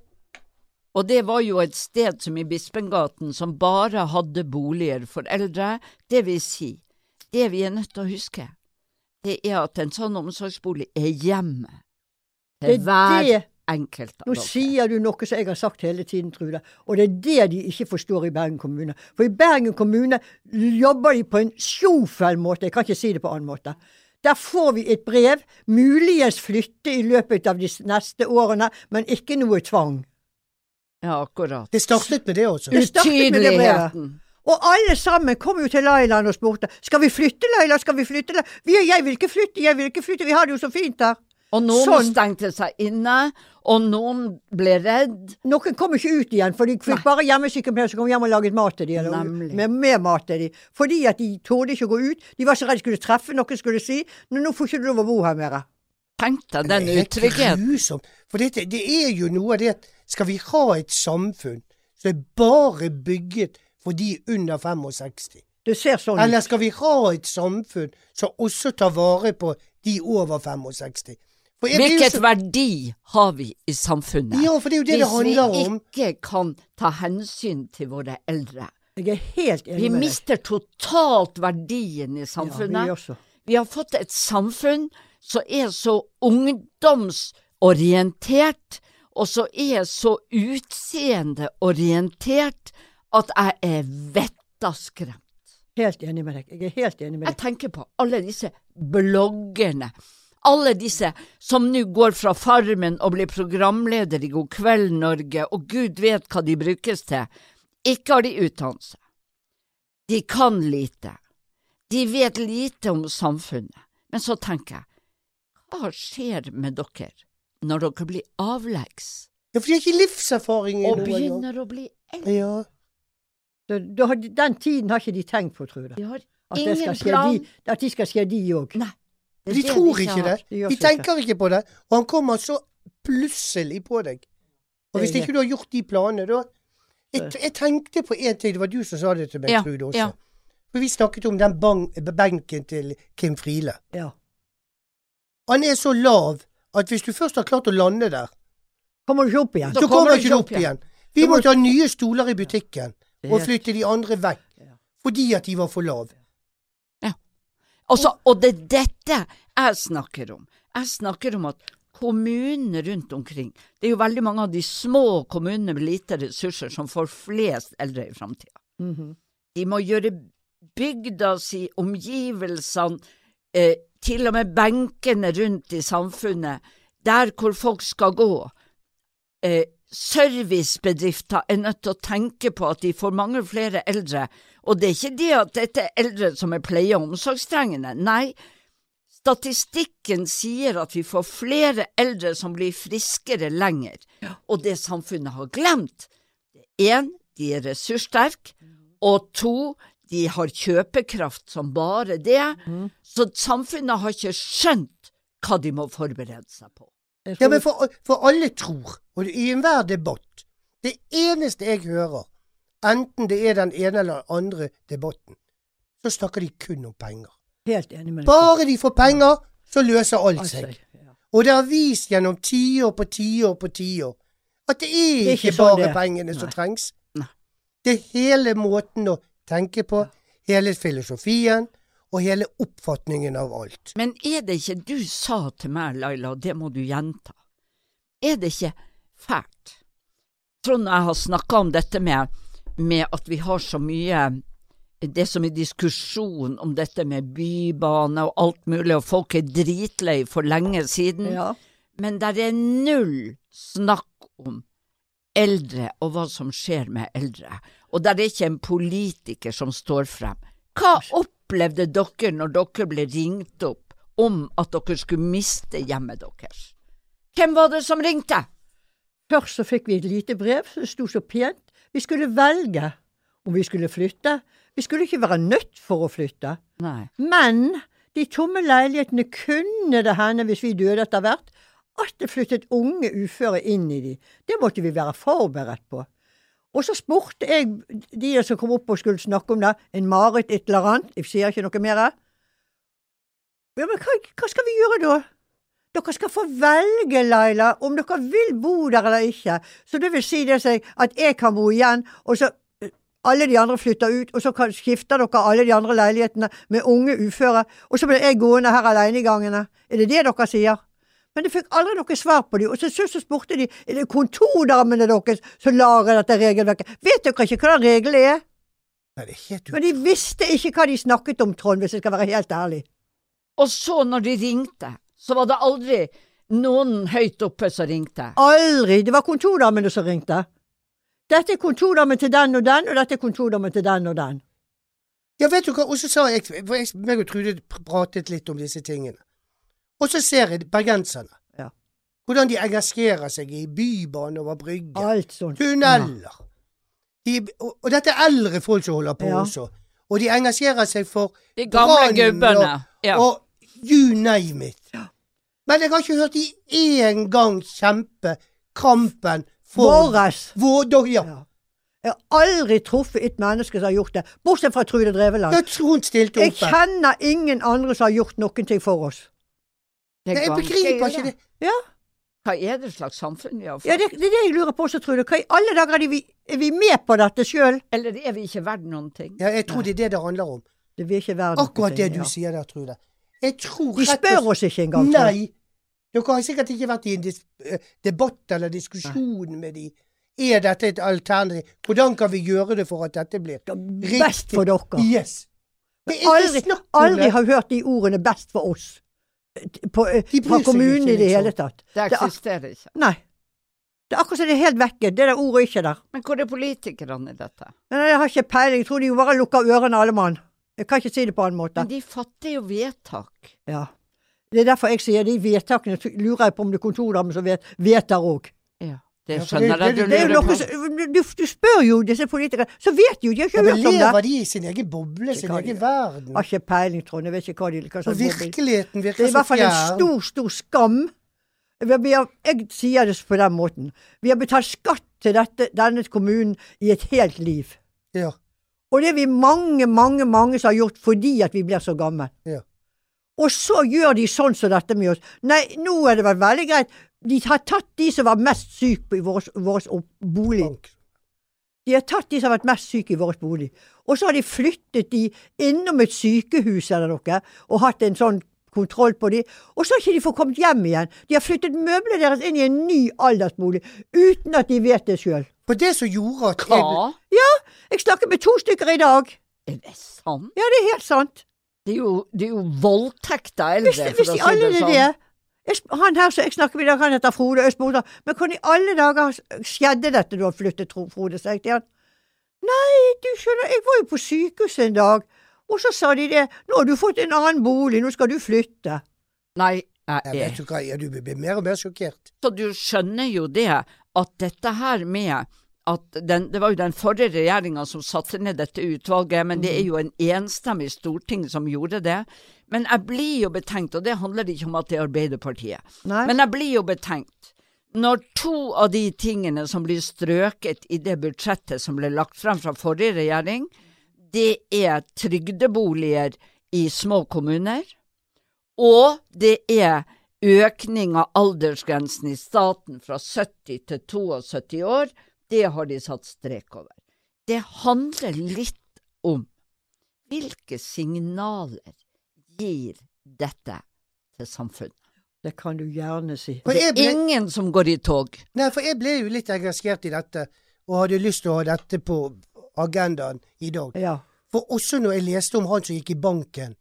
[SPEAKER 2] Og det var jo et sted som i Bispengaten som bare hadde boliger for eldre. Det vil si, det vi er nødt til å huske, det er at en sånn omsorgsbolig er hjemmet
[SPEAKER 3] Det
[SPEAKER 2] til
[SPEAKER 3] er
[SPEAKER 2] hver
[SPEAKER 3] det.
[SPEAKER 2] enkelt av
[SPEAKER 3] Nå sier du noe som jeg har sagt hele tiden, Trude, og det er det de ikke forstår i Bergen kommune. For i Bergen kommune jobber de på en sjofel måte, jeg kan ikke si det på annen måte. Der får vi et brev, muligens flytte i løpet av de s- neste årene, men ikke noe tvang.
[SPEAKER 2] Ja, akkurat.
[SPEAKER 1] Det startet med det, altså.
[SPEAKER 3] Det startet med det brevet.
[SPEAKER 2] Tydeligheten.
[SPEAKER 3] Og alle sammen kom jo til Lailand og spurte skal vi flytte, Laila, skal vi flytte? Laila? Vi, jeg vil ikke flytte, jeg vil ikke flytte, vi har det jo så fint der.
[SPEAKER 2] Og noen
[SPEAKER 3] Sånn.
[SPEAKER 2] stengte seg inne, og noen ble redd.
[SPEAKER 3] Noen kom ikke ut igjen, for de fikk bare hjemmesykepleiere som kom hjem og laget mat til de, eller
[SPEAKER 2] Nemlig.
[SPEAKER 3] med, med mat til de. Fordi at de torde ikke å gå ut. De var så redd de skulle treffe noen skulle si Nå, nå får ikke du lov å bo her mer.
[SPEAKER 2] Tenk deg den
[SPEAKER 1] Det er
[SPEAKER 2] utryggheten.
[SPEAKER 1] grusomt. For det, det er jo noe av det at skal vi ha et samfunn som er bare bygget for de under 65?
[SPEAKER 3] Det ser sånn ut.
[SPEAKER 1] Eller skal vi ha et samfunn som også tar vare på de over 65? For jeg blir jo
[SPEAKER 2] Hvilket
[SPEAKER 1] så-
[SPEAKER 2] verdi har vi i samfunnet?
[SPEAKER 1] Ja, for det er jo det det handler om.
[SPEAKER 2] Hvis vi ikke kan ta hensyn til våre eldre.
[SPEAKER 3] Jeg er helt
[SPEAKER 2] Vi
[SPEAKER 3] enig med deg.
[SPEAKER 2] mister totalt verdien i samfunnet.
[SPEAKER 3] vi også.
[SPEAKER 2] Vi har fått et samfunn som er så ungdomsorientert, og som er så utseendeorientert, at jeg er vettaskremt.
[SPEAKER 3] Helt enig med deg. Jeg er helt enig med
[SPEAKER 2] Jeg
[SPEAKER 3] deg.
[SPEAKER 2] tenker på alle disse bloggerne. Alle disse som nå går fra Farmen og blir programleder i God kveld Norge, og gud vet hva de brukes til. Ikke har de utdannelse. De kan lite. De vet lite om samfunnet. Men så tenker jeg, hva skjer med dere når dere blir avleggs
[SPEAKER 1] Ja, for de har ikke livserfaring i
[SPEAKER 2] og
[SPEAKER 1] noe engang.
[SPEAKER 2] begynner å bli eldre?
[SPEAKER 1] Ja.
[SPEAKER 3] Så da har de- Den tiden har ikke de tenkt på, Trude.
[SPEAKER 2] De har
[SPEAKER 3] At, det
[SPEAKER 2] ingen
[SPEAKER 3] skal skje
[SPEAKER 2] plan.
[SPEAKER 3] de, at de skal skje, de òg.
[SPEAKER 2] Nei. Det er liksom
[SPEAKER 1] De
[SPEAKER 2] det
[SPEAKER 1] tror
[SPEAKER 2] de
[SPEAKER 1] ikke
[SPEAKER 2] har.
[SPEAKER 1] det.
[SPEAKER 3] De gjør
[SPEAKER 1] De
[SPEAKER 3] så ikke.
[SPEAKER 1] tenker ikke på det. Og han kommer så plutselig på deg. Og
[SPEAKER 3] Det er
[SPEAKER 1] hvis ikke du har gjort de planene, da jeg, jeg tenkte på en ting, det var du som sa det til meg,
[SPEAKER 2] Ja,
[SPEAKER 1] Trude, også.
[SPEAKER 2] ja.
[SPEAKER 1] For vi snakket om den bang- benken til Kim Friele.
[SPEAKER 3] Ja.
[SPEAKER 1] Han er så lav at hvis du først har klart å lande der,
[SPEAKER 3] Kommer du ikke opp igjen?
[SPEAKER 2] Så
[SPEAKER 1] så kommer ikke du opp igjen. Vi
[SPEAKER 3] Da må-
[SPEAKER 1] måtte ha nye stoler i butikken
[SPEAKER 3] Det er
[SPEAKER 1] og
[SPEAKER 3] helt-
[SPEAKER 1] flytte de andre vekk
[SPEAKER 3] Ja.
[SPEAKER 1] fordi at de var for lave.
[SPEAKER 2] Altså, og det er dette jeg snakker om. Jeg snakker om at kommunene rundt omkring Det er jo veldig mange av de små kommunene med lite ressurser som får flest eldre i framtida.
[SPEAKER 3] Mhm.
[SPEAKER 2] De må gjøre bygda si, omgivelsene, eh, til og med benkene rundt i samfunnet, der hvor folk skal gå. Eh, servicebedrifter er nødt til å tenke på at de får mange flere eldre, og det er ikke det at dette er eldre som er pleie- og omsorgstrengende, nei. Statistikken sier at vi får flere eldre som blir friskere lenger, og det samfunnet har glemt, Én, de er ressurssterke, og to, de har kjøpekraft som bare det, så samfunnet har ikke skjønt hva de må forberede seg på.
[SPEAKER 3] Jeg
[SPEAKER 1] Ja,
[SPEAKER 3] tror-
[SPEAKER 1] men for, for alle tror, og det- i enhver debatt, det eneste jeg hører, enten det er den ene eller den andre debatten, så snakker de kun om penger.
[SPEAKER 3] Helt enig med deg.
[SPEAKER 1] Bare de får penger, så løser alt
[SPEAKER 3] Altså,
[SPEAKER 1] seg.
[SPEAKER 3] ja.
[SPEAKER 1] Og det har vist gjennom tiår på tiår på tiår at det er ikke,
[SPEAKER 3] er ikke
[SPEAKER 1] bare
[SPEAKER 3] sånn det er.
[SPEAKER 1] pengene som
[SPEAKER 3] Nei.
[SPEAKER 1] trengs.
[SPEAKER 2] Nei.
[SPEAKER 1] Det er hele måten å tenke på, hele filosofien og hele oppfatningen av alt.
[SPEAKER 2] Men er det ikke du sa til meg, Laila, og det må du gjenta, er det ikke fælt? Trond og jeg har snakka om dette med, med at vi har så mye det som er diskusjon om dette med bybane og alt mulig, og folk er dritlei for lenge siden,
[SPEAKER 3] Ja.
[SPEAKER 2] men der er null snakk om eldre og hva som skjer med eldre. Og der er ikke en politiker som står frem. Hva opplevde dere når dere ble ringt opp om at dere skulle miste hjemmet deres? Hvem var det som ringte?
[SPEAKER 3] Først så fikk vi et lite brev som sto så pent. Vi skulle velge om vi skulle flytte. Vi skulle ikke være nødt for å flytte.
[SPEAKER 2] Nei.
[SPEAKER 3] Men de tomme leilighetene kunne det hende, hvis vi døde etter hvert, at det flyttet unge uføre inn i de. Det måtte vi være forberedt på. Og så spurte jeg de som kom opp og skulle snakke om det, en Marit et eller annet, jeg sier ikke noe mer. Ja, men hva, hva skal vi gjøre da? Dere skal få velge, Laila, om dere vil bo der eller ikke. Så det vil si det seg at jeg kan bo igjen, og så eh, alle de andre flytter ut, og så kan, skifter dere alle de andre leilighetene med unge uføre, og så blir jeg gående her alene i gangene. Er det det dere sier? Men jeg fikk aldri noe svar på dem, og til slutt så spurte de er det kontordamene deres som lager dette regelverket. Vet dere ikke hva den regelen er?
[SPEAKER 1] Nei, det er helt
[SPEAKER 3] Men de visste ikke hva de snakket om, Trond, hvis jeg skal være helt ærlig.
[SPEAKER 2] Og så, når de ringte, så var det aldri noen høyt oppe som ringte.
[SPEAKER 3] Aldri! Det var kontordamene som ringte. Dette er kontordamen til den og den, og dette er kontordamen til den og den.
[SPEAKER 1] Ja, vet du hva, og så sa jeg, for jeg meg og Trude pr- pratet litt om disse tingene. Og så ser jeg bergenserne.
[SPEAKER 3] Ja.
[SPEAKER 1] Hvordan de engasjerer seg i bybane over brygge,
[SPEAKER 3] Alt sånt.
[SPEAKER 1] tunneler. De, og, og dette er eldre folk som holder på
[SPEAKER 3] Ja.
[SPEAKER 1] også. Og de engasjerer seg for
[SPEAKER 2] De gamle
[SPEAKER 1] brann
[SPEAKER 2] gubbene. Ja.
[SPEAKER 1] og you name it. Men jeg har ikke hørt de én gang kjempe kampen for
[SPEAKER 3] Våres!
[SPEAKER 1] Vår, da, ja.
[SPEAKER 3] Ja. Jeg har aldri truffet et menneske som har gjort det, bortsett fra Trude
[SPEAKER 1] ja,
[SPEAKER 3] Dreveland.
[SPEAKER 1] Trond stilte
[SPEAKER 3] Jeg
[SPEAKER 1] opp. her.
[SPEAKER 3] kjenner ingen andre som har gjort noen ting for oss.
[SPEAKER 2] Det
[SPEAKER 1] Nei,
[SPEAKER 2] er
[SPEAKER 1] Jeg
[SPEAKER 2] ganske
[SPEAKER 1] begriper
[SPEAKER 2] ille.
[SPEAKER 1] ikke det.
[SPEAKER 3] Ja,
[SPEAKER 2] Hva er det slags samfunn vi har fått?
[SPEAKER 3] ja det, det er det jeg lurer på også, Trude. Hva i alle dager er, de vi, er vi med på dette sjøl?
[SPEAKER 2] Eller er vi ikke verdt noen ting?
[SPEAKER 1] Ja, jeg tror det er det det handler om.
[SPEAKER 3] Det vil ikke være noe
[SPEAKER 1] Akkurat det
[SPEAKER 3] ting,
[SPEAKER 1] du
[SPEAKER 3] ja.
[SPEAKER 1] sier der, Trude. Jeg tror
[SPEAKER 3] De spør oss ikke engang. Trude.
[SPEAKER 1] Nei. Dere har sikkert ikke vært i en dis eh, debatt eller diskusjon med de. Er dette et alternativ? Hvordan kan vi gjøre det for at dette blir riktig?
[SPEAKER 3] Best for dere.
[SPEAKER 1] Yes. Det er ikke
[SPEAKER 3] Aldri,
[SPEAKER 1] snakk om
[SPEAKER 3] aldri
[SPEAKER 1] det.
[SPEAKER 3] har hørt de ordene 'best for oss' på, eh,
[SPEAKER 1] De bryr
[SPEAKER 3] fra
[SPEAKER 1] seg
[SPEAKER 3] kommunen
[SPEAKER 1] ikke,
[SPEAKER 3] i det
[SPEAKER 1] liksom.
[SPEAKER 3] hele tatt.
[SPEAKER 2] Det
[SPEAKER 3] Det er-
[SPEAKER 2] eksisterer ikke.
[SPEAKER 3] Nei. Det er akkurat som det er helt vekke. Det der ordet er ikke der.
[SPEAKER 2] Men hvor er politikerne i dette?
[SPEAKER 3] Men jeg har ikke peiling. Jeg tror de bare lukker ørene, alle mann. Jeg kan ikke si det på en annen måte.
[SPEAKER 2] Men de fatter jo vedtak.
[SPEAKER 3] Ja. Det er derfor jeg sier de vedtakene. så Lurer jeg på om det er kontordamen som vet, vet der òg.
[SPEAKER 2] Ja, det
[SPEAKER 1] Ja, for det-
[SPEAKER 2] skjønner jeg du
[SPEAKER 1] det-
[SPEAKER 3] Det er jo
[SPEAKER 2] lurer
[SPEAKER 3] noe
[SPEAKER 2] på.
[SPEAKER 3] som du, du spør jo disse politikerne, så vet jo de har ikke
[SPEAKER 1] Ja, men
[SPEAKER 3] hørt om det.
[SPEAKER 1] lever de i sin egen boble, sin
[SPEAKER 3] kan de
[SPEAKER 1] egen
[SPEAKER 3] gjøre.
[SPEAKER 1] verden?
[SPEAKER 3] Har ikke peiling, Trond. Jeg vet ikke hva de hva
[SPEAKER 1] Og
[SPEAKER 3] slags mobil-
[SPEAKER 1] virkeligheten
[SPEAKER 3] sånn Det
[SPEAKER 1] virker
[SPEAKER 3] er i
[SPEAKER 1] så
[SPEAKER 3] hvert fall en
[SPEAKER 1] fjern.
[SPEAKER 3] stor, stor skam. Vi har- vi har, jeg sier det på den måten. Vi har betalt skatt til dette, denne kommunen i et helt liv.
[SPEAKER 1] Ja,
[SPEAKER 3] Og det er vi mange, mange mange som har gjort fordi at vi blir så gamle.
[SPEAKER 1] Ja.
[SPEAKER 3] Og så gjør de sånn som dette med oss. Nei, nå er det vel veldig greit. De har tatt de som var mest syke i vår, vår opp- bolig.
[SPEAKER 1] bank.
[SPEAKER 3] De har tatt de som har vært mest syke i vår bolig, og så har de flyttet de innom et sykehus eller noe, og hatt en sånn kontroll på de, og så har ikke de fått kommet hjem igjen. De har flyttet møblene deres inn i en ny aldersbolig, uten at de vet det sjøl.
[SPEAKER 1] For det som gjorde at jeg,
[SPEAKER 2] Hva?
[SPEAKER 3] Jeg snakket med to stykker i dag.
[SPEAKER 2] Er det sant?
[SPEAKER 3] Ja, det er helt sant.
[SPEAKER 2] Det er jo, det er jo voldtekt av eldre,
[SPEAKER 3] Hvis, hvis
[SPEAKER 2] for å
[SPEAKER 3] de
[SPEAKER 2] si
[SPEAKER 3] alle
[SPEAKER 2] det
[SPEAKER 3] er
[SPEAKER 2] sånn.
[SPEAKER 3] det jeg, sp- Han her som jeg snakker med i dag, han heter Frode Østbotn. Men hvordan i alle dager skjedde dette da han flyttet, tro- Frode? sa jeg til han. Nei, du skjønner, jeg var jo på sykehuset en dag, og så sa de det. Nå har du fått en annen bolig, nå skal du flytte.
[SPEAKER 2] Nei,
[SPEAKER 1] jeg
[SPEAKER 2] jeg er
[SPEAKER 1] vet du hva, ja, du blir mer og mer sjokkert.
[SPEAKER 2] Så du skjønner jo det, at dette her med at den, Det var jo den forrige regjeringa som satte ned dette utvalget, men
[SPEAKER 3] Mm.
[SPEAKER 2] det er jo en enstemmig storting som gjorde det. Men jeg blir jo betenkt, og det handler ikke om at det er Arbeiderpartiet,
[SPEAKER 3] Nei.
[SPEAKER 2] men jeg blir jo betenkt. Når to av de tingene som blir strøket i det budsjettet som ble lagt frem fra forrige regjering, det er trygdeboliger i små kommuner, og det er økning av aldersgrensen i staten fra 70 til 72 år. Det har de satt strek over. Det handler litt om hvilke signaler gir dette til samfunnet.
[SPEAKER 3] Det kan du gjerne si.
[SPEAKER 1] For
[SPEAKER 2] Det
[SPEAKER 1] jeg
[SPEAKER 2] er
[SPEAKER 1] ble,
[SPEAKER 2] ingen som går i tog.
[SPEAKER 1] nei, for jeg ble jo litt engasjert i dette, og hadde lyst til å ha dette på agendaen i dag.
[SPEAKER 3] Ja.
[SPEAKER 1] For også når jeg leste om han som gikk i banken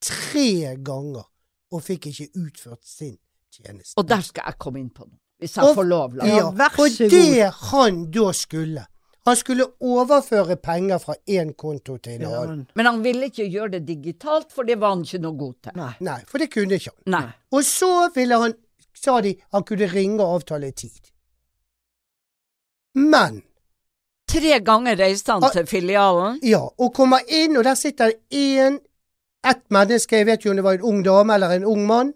[SPEAKER 1] tre ganger og fikk ikke utført sin tjeneste.
[SPEAKER 2] Og der skal jeg komme inn på noe, hvis jeg
[SPEAKER 1] Og-
[SPEAKER 2] får lov. Lars.
[SPEAKER 1] Ja,
[SPEAKER 3] vær
[SPEAKER 1] for
[SPEAKER 3] så god.
[SPEAKER 1] det han da skulle. Han skulle overføre penger fra én konto til en annen.
[SPEAKER 2] Men han ville ikke gjøre det digitalt, for det var han ikke noe god til.
[SPEAKER 3] Nei.
[SPEAKER 1] Nei, for det kunne ikke han.
[SPEAKER 2] Nei.
[SPEAKER 1] Og så ville han, sa de, han kunne ringe og avtale tid. Men
[SPEAKER 2] Tre ganger reiste han
[SPEAKER 1] Ah.
[SPEAKER 2] til filialen.
[SPEAKER 1] Ja, og kommer inn, og der sitter én Ett menneske, jeg vet jo om det var en ung dame eller en ung mann,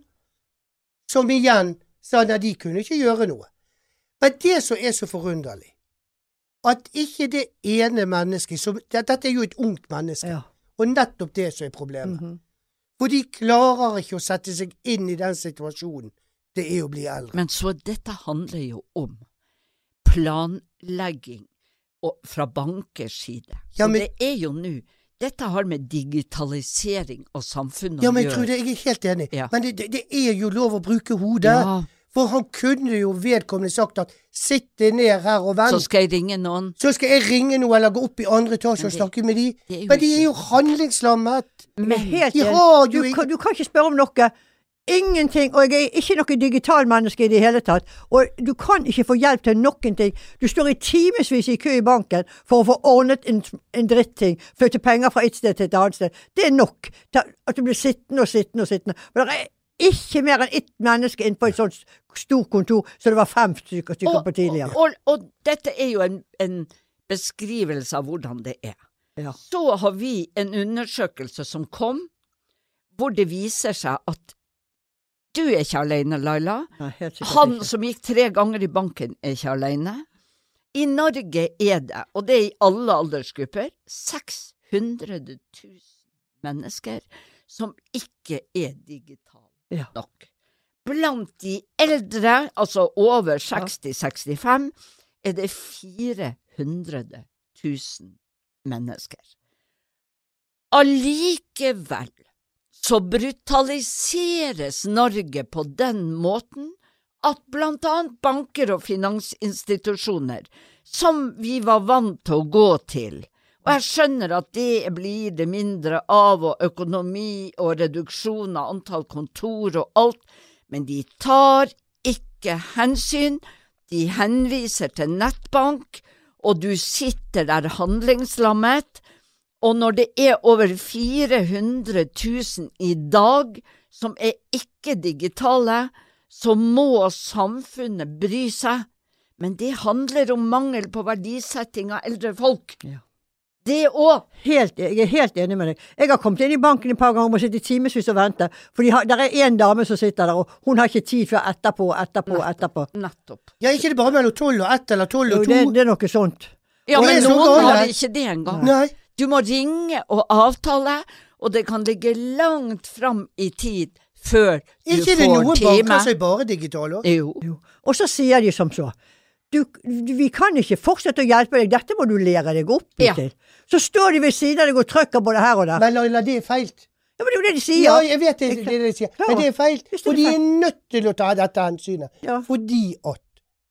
[SPEAKER 1] som igjen sa nei, de kunne ikke gjøre noe. Men det som er så forunderlig, at ikke det ene mennesket som det- Dette er jo et ungt menneske,
[SPEAKER 3] Ja.
[SPEAKER 1] og nettopp det som er problemet.
[SPEAKER 3] Mhm.
[SPEAKER 1] For de klarer ikke å sette seg inn i den situasjonen det er å bli eldre.
[SPEAKER 2] Men så dette handler jo om planlegging og fra bankers side.
[SPEAKER 1] Ja,
[SPEAKER 2] og
[SPEAKER 1] men-
[SPEAKER 2] det er jo nå Dette har med digitalisering av samfunnet
[SPEAKER 1] Ja,
[SPEAKER 2] å
[SPEAKER 1] men jeg
[SPEAKER 2] gjøre.
[SPEAKER 1] tror det, jeg er helt enig,
[SPEAKER 2] Ja.
[SPEAKER 1] men det, det, det er jo lov å bruke hodet.
[SPEAKER 2] Ja,
[SPEAKER 1] For han kunne jo vedkommende sagt at sitt deg ned her og
[SPEAKER 2] så
[SPEAKER 1] vent,
[SPEAKER 2] skal jeg ringe noen.
[SPEAKER 1] så skal jeg ringe noe eller gå opp i andre etasje
[SPEAKER 2] Men
[SPEAKER 1] og
[SPEAKER 2] det-
[SPEAKER 1] snakke med de.
[SPEAKER 2] det er jo
[SPEAKER 1] Men de er
[SPEAKER 2] ikke-
[SPEAKER 1] jo handlingslammet.
[SPEAKER 3] Men helt
[SPEAKER 1] de
[SPEAKER 3] enig.
[SPEAKER 1] har jo
[SPEAKER 3] du,
[SPEAKER 1] ikke-
[SPEAKER 3] kan- du kan ikke spørre om noe. Ingenting. Og jeg er ikke noe digital menneske i det hele tatt. Og du kan ikke få hjelp til noen ting. Du står i timevis i kø i banken for å få ordnet en, en dritting. Flytte penger fra et sted til et annet sted. Det er nok. Ta, at du blir sittende og sittende og sittende. Men det er ikke mer enn ett menneske inne på et sånt stort kontor som det var fem stykker, stykker på tidligere.
[SPEAKER 2] Og, og, og dette er jo en, en beskrivelse av hvordan det er.
[SPEAKER 3] Ja.
[SPEAKER 2] Så har vi en undersøkelse som kom, hvor det viser seg at du er ikke alene, Laila.
[SPEAKER 3] Nei, helt sikkert
[SPEAKER 2] Han
[SPEAKER 3] ikke.
[SPEAKER 2] som gikk tre ganger i banken, er ikke alene. I Norge er det, og det er i alle aldersgrupper, 600 000 mennesker som ikke er digitale
[SPEAKER 3] Ja.
[SPEAKER 2] nok. Blant de eldre, altså over 60-65, er det 400 000 mennesker. Allikevel så brutaliseres Norge på den måten at blant annet banker og finansinstitusjoner, som vi var vant til å gå til, og jeg skjønner at det blir det mindre av og økonomi og reduksjon av antall kontor og alt, men de tar ikke hensyn, de henviser til nettbank, og du sitter der handlingslammet, og når det er over 400 000 i dag som er ikke digitale, så må samfunnet bry seg. Men det handler om mangel på verdisetting av eldre folk.
[SPEAKER 3] Ja.
[SPEAKER 2] Det òg.
[SPEAKER 3] Helt, jeg er helt enig med deg. Jeg har kommet inn i banken et par ganger og sittet i timevis og ventet. For de har- der er én dame som sitter der, og hun har ikke tid før etterpå, etterpå, etterpå.
[SPEAKER 2] Nettopp.
[SPEAKER 1] Ja, ikke det bare mellom tolv og ett eller tolv
[SPEAKER 3] Jo,
[SPEAKER 1] og
[SPEAKER 3] det,
[SPEAKER 1] to.
[SPEAKER 3] det er noe sånt.
[SPEAKER 2] Ja,
[SPEAKER 1] Og
[SPEAKER 2] men
[SPEAKER 1] det er så
[SPEAKER 2] noen har
[SPEAKER 1] galt.
[SPEAKER 2] ikke det engang.
[SPEAKER 1] Nei.
[SPEAKER 2] Du må ringe og avtale, og det kan ligge langt fram i tid før du
[SPEAKER 1] Er ikke det
[SPEAKER 2] får
[SPEAKER 1] noen
[SPEAKER 2] time.
[SPEAKER 1] banker som er bare digitale? også?
[SPEAKER 2] Jo.
[SPEAKER 3] Jo. Og så sier de som så. Du, du- vi kan ikke fortsette å hjelpe deg, dette må du lære deg opp i
[SPEAKER 2] Ja.
[SPEAKER 3] til. Så står de ved siden av deg og trykker både her og der.
[SPEAKER 1] Men Laila, det er feil.
[SPEAKER 3] Ja, men det er jo det de sier.
[SPEAKER 1] Ja, jeg vet det, det de sier, men det er feil.
[SPEAKER 3] Hvis det er
[SPEAKER 1] Og de er
[SPEAKER 3] feil.
[SPEAKER 1] nødt til å ta dette hensynet.
[SPEAKER 3] Ja.
[SPEAKER 1] Fordi at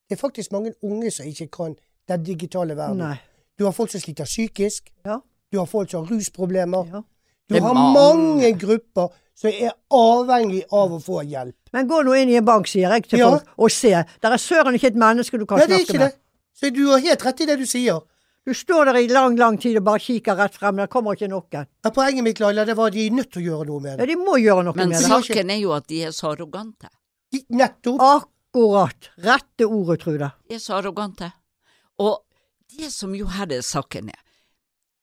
[SPEAKER 1] det er faktisk mange unge som ikke kan den digitale verden.
[SPEAKER 3] Nei.
[SPEAKER 1] Du har folk som sliter psykisk.
[SPEAKER 3] Ja.
[SPEAKER 1] Du har folk som har rusproblemer.
[SPEAKER 3] Ja.
[SPEAKER 1] Du
[SPEAKER 2] Det er
[SPEAKER 1] har
[SPEAKER 2] mange.
[SPEAKER 1] mange grupper som er avhengig av å få hjelp.
[SPEAKER 3] Men gå nå inn i en bank, sier jeg til
[SPEAKER 1] Ja.
[SPEAKER 3] folk, og se. Der er søren ikke et menneske du kan
[SPEAKER 1] Nei, det er
[SPEAKER 3] snakke
[SPEAKER 1] ikke
[SPEAKER 3] med.
[SPEAKER 1] det. Så du har helt rett i det du sier.
[SPEAKER 3] Du står der i lang, lang tid og bare kikker rett frem, men det kommer ikke noen.
[SPEAKER 1] Men poenget mitt, Laila, det var at de er nødt til å gjøre noe med
[SPEAKER 3] Ja,
[SPEAKER 1] det.
[SPEAKER 3] de må gjøre noe
[SPEAKER 2] Men sånn-
[SPEAKER 3] med det.
[SPEAKER 1] sa- ikke-
[SPEAKER 2] saken er jo at de er så arrogante.
[SPEAKER 1] De, nettopp.
[SPEAKER 3] Akkurat. Rette ordet, Trude.
[SPEAKER 2] De er så arrogante. Og det som jo her er saken er,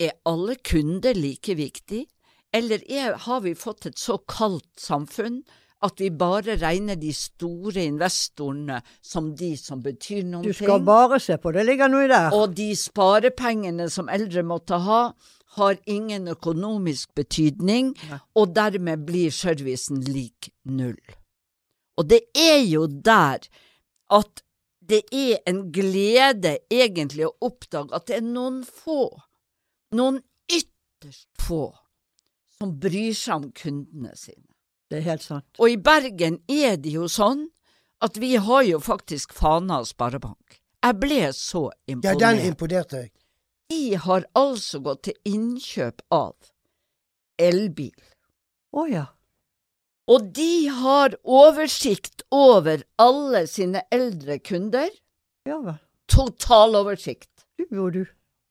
[SPEAKER 2] er alle kunder like viktig, eller er, har vi fått et så kaldt samfunn at vi bare regner de store investorene som de som betyr noen
[SPEAKER 3] Du skal
[SPEAKER 2] ting,
[SPEAKER 3] bare se på, det ligger noe der.
[SPEAKER 2] og de sparepengene som eldre måtte ha, har ingen økonomisk betydning, og dermed blir servicen lik null. Og det er jo der at det er en glede egentlig å oppdage at det er noen få, noen ytterst få, som bryr seg om kundene sine.
[SPEAKER 3] Det er helt sant.
[SPEAKER 2] Og i Bergen er det jo sånn at vi har jo faktisk Fana sparebank. Jeg ble så
[SPEAKER 1] Ja, den
[SPEAKER 2] imponert.
[SPEAKER 1] imponerte jeg.
[SPEAKER 2] De har altså gått til innkjøp av elbil.
[SPEAKER 3] Å ja.
[SPEAKER 2] Og de har oversikt over alle sine eldre kunder.
[SPEAKER 3] Ja vel.
[SPEAKER 2] Totaloversikt.
[SPEAKER 3] Du og du.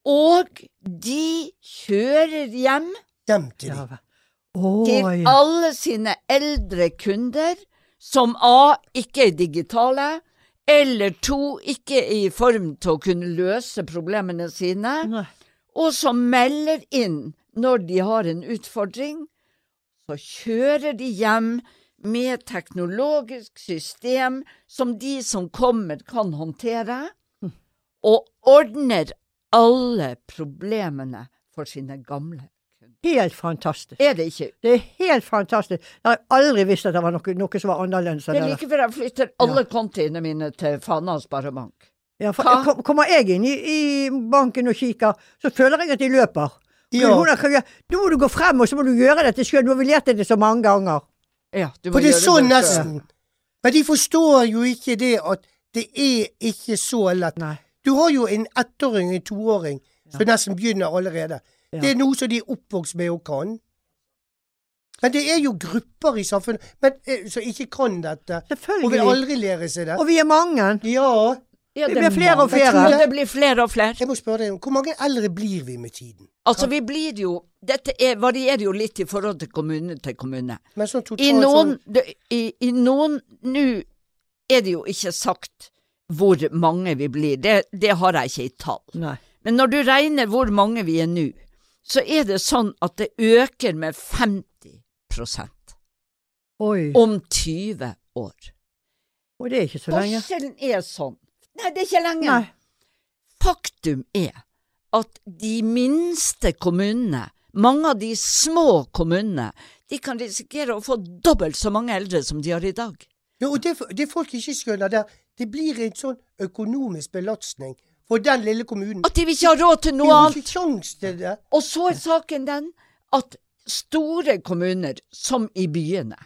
[SPEAKER 2] Og de kjører hjem
[SPEAKER 1] Hjem til
[SPEAKER 3] Ja
[SPEAKER 1] dem.
[SPEAKER 3] vel. Å
[SPEAKER 2] til
[SPEAKER 3] ja.
[SPEAKER 2] alle sine eldre kunder, som A ikke er digitale, eller to ikke er i form til å kunne løse problemene sine,
[SPEAKER 3] Nei.
[SPEAKER 2] og som melder inn når de har en utfordring. Så kjører de hjem med teknologisk system som de som kommer kan håndtere, og ordner alle problemene for sine gamle kunder.
[SPEAKER 3] Helt fantastisk.
[SPEAKER 2] Er det ikke
[SPEAKER 3] Det er helt fantastisk. Jeg har aldri visst at det var noe, noe som var annerledes enn
[SPEAKER 2] Det
[SPEAKER 3] det.
[SPEAKER 2] er
[SPEAKER 3] der.
[SPEAKER 2] like før jeg flytter alle kontiene mine til Fana sparebank.
[SPEAKER 3] Ja, for
[SPEAKER 2] Hva?
[SPEAKER 3] kom- Kommer jeg inn i, i banken og kikker, så føler jeg at de løper.
[SPEAKER 1] Ja.
[SPEAKER 3] Men hun har- kan gjøre- Nå må du gå frem, og så må du gjøre dette sjøl. Du har vel lært det så mange ganger.
[SPEAKER 2] Ja, du må
[SPEAKER 1] For det er
[SPEAKER 2] gjøre
[SPEAKER 1] sånn
[SPEAKER 2] selv.
[SPEAKER 1] nesten. Men de forstår jo ikke det at det er ikke så lett.
[SPEAKER 3] Nei.
[SPEAKER 1] Du har jo en ettåring, en toåring, som nesten begynner allerede.
[SPEAKER 3] Ja.
[SPEAKER 1] Det er noe som de er oppvokst med og kan. Men det er jo grupper i samfunnet men, eh, som ikke kan dette, og vil
[SPEAKER 3] Selvfølgelig.
[SPEAKER 1] aldri lære seg det.
[SPEAKER 3] Og vi er mange.
[SPEAKER 1] Ja,
[SPEAKER 2] Ja,
[SPEAKER 3] Det
[SPEAKER 2] er
[SPEAKER 3] blir flere og
[SPEAKER 2] mange.
[SPEAKER 1] Jeg tror
[SPEAKER 3] flere.
[SPEAKER 2] Ja, det blir flere og flere.
[SPEAKER 1] jeg må spørre deg, hvor mange eldre blir vi med tiden?
[SPEAKER 2] Altså, vi blir jo Dette er, varierer jo litt i forhold til kommune til kommune.
[SPEAKER 1] Men sånn totalt
[SPEAKER 2] I
[SPEAKER 1] sånn-
[SPEAKER 2] noen det- I, i noen Nå er det jo ikke sagt hvor mange vi blir, det, det har jeg ikke i tall.
[SPEAKER 3] Nei.
[SPEAKER 2] Men når du regner hvor mange vi er nå, så er det sånn at det øker med 50
[SPEAKER 3] Oi.
[SPEAKER 2] om 20 år.
[SPEAKER 3] Og det er ikke så lenge.
[SPEAKER 2] Forskjellen er sånn. Nei, det er ikke lenge.
[SPEAKER 3] Nei.
[SPEAKER 2] Faktum er at de minste kommunene, mange av de små kommunene, de kan risikere å få dobbelt så mange eldre som de har i dag.
[SPEAKER 1] Ja, og det, det folk ikke skjønner der, det blir en sånn økonomisk belastning for den lille kommunen.
[SPEAKER 2] At de ikke har råd til
[SPEAKER 1] De
[SPEAKER 2] noe
[SPEAKER 1] har
[SPEAKER 2] annet.
[SPEAKER 1] ikke kjangs til det.
[SPEAKER 2] Og så er saken den at store kommuner, som i byene,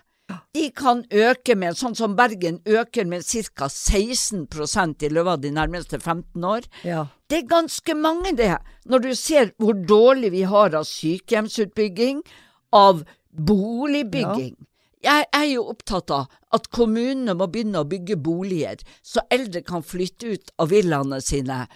[SPEAKER 2] de kan øke med, sånn som Bergen øker med ca. 16 i løpet av de nærmeste 15 år.
[SPEAKER 3] Ja.
[SPEAKER 2] Det er ganske mange, det, når du ser hvor dårlig vi har av sykehjemsutbygging, av boligbygging. Jeg er jo opptatt av at kommunene må begynne å bygge boliger, så eldre kan flytte ut av villaene sine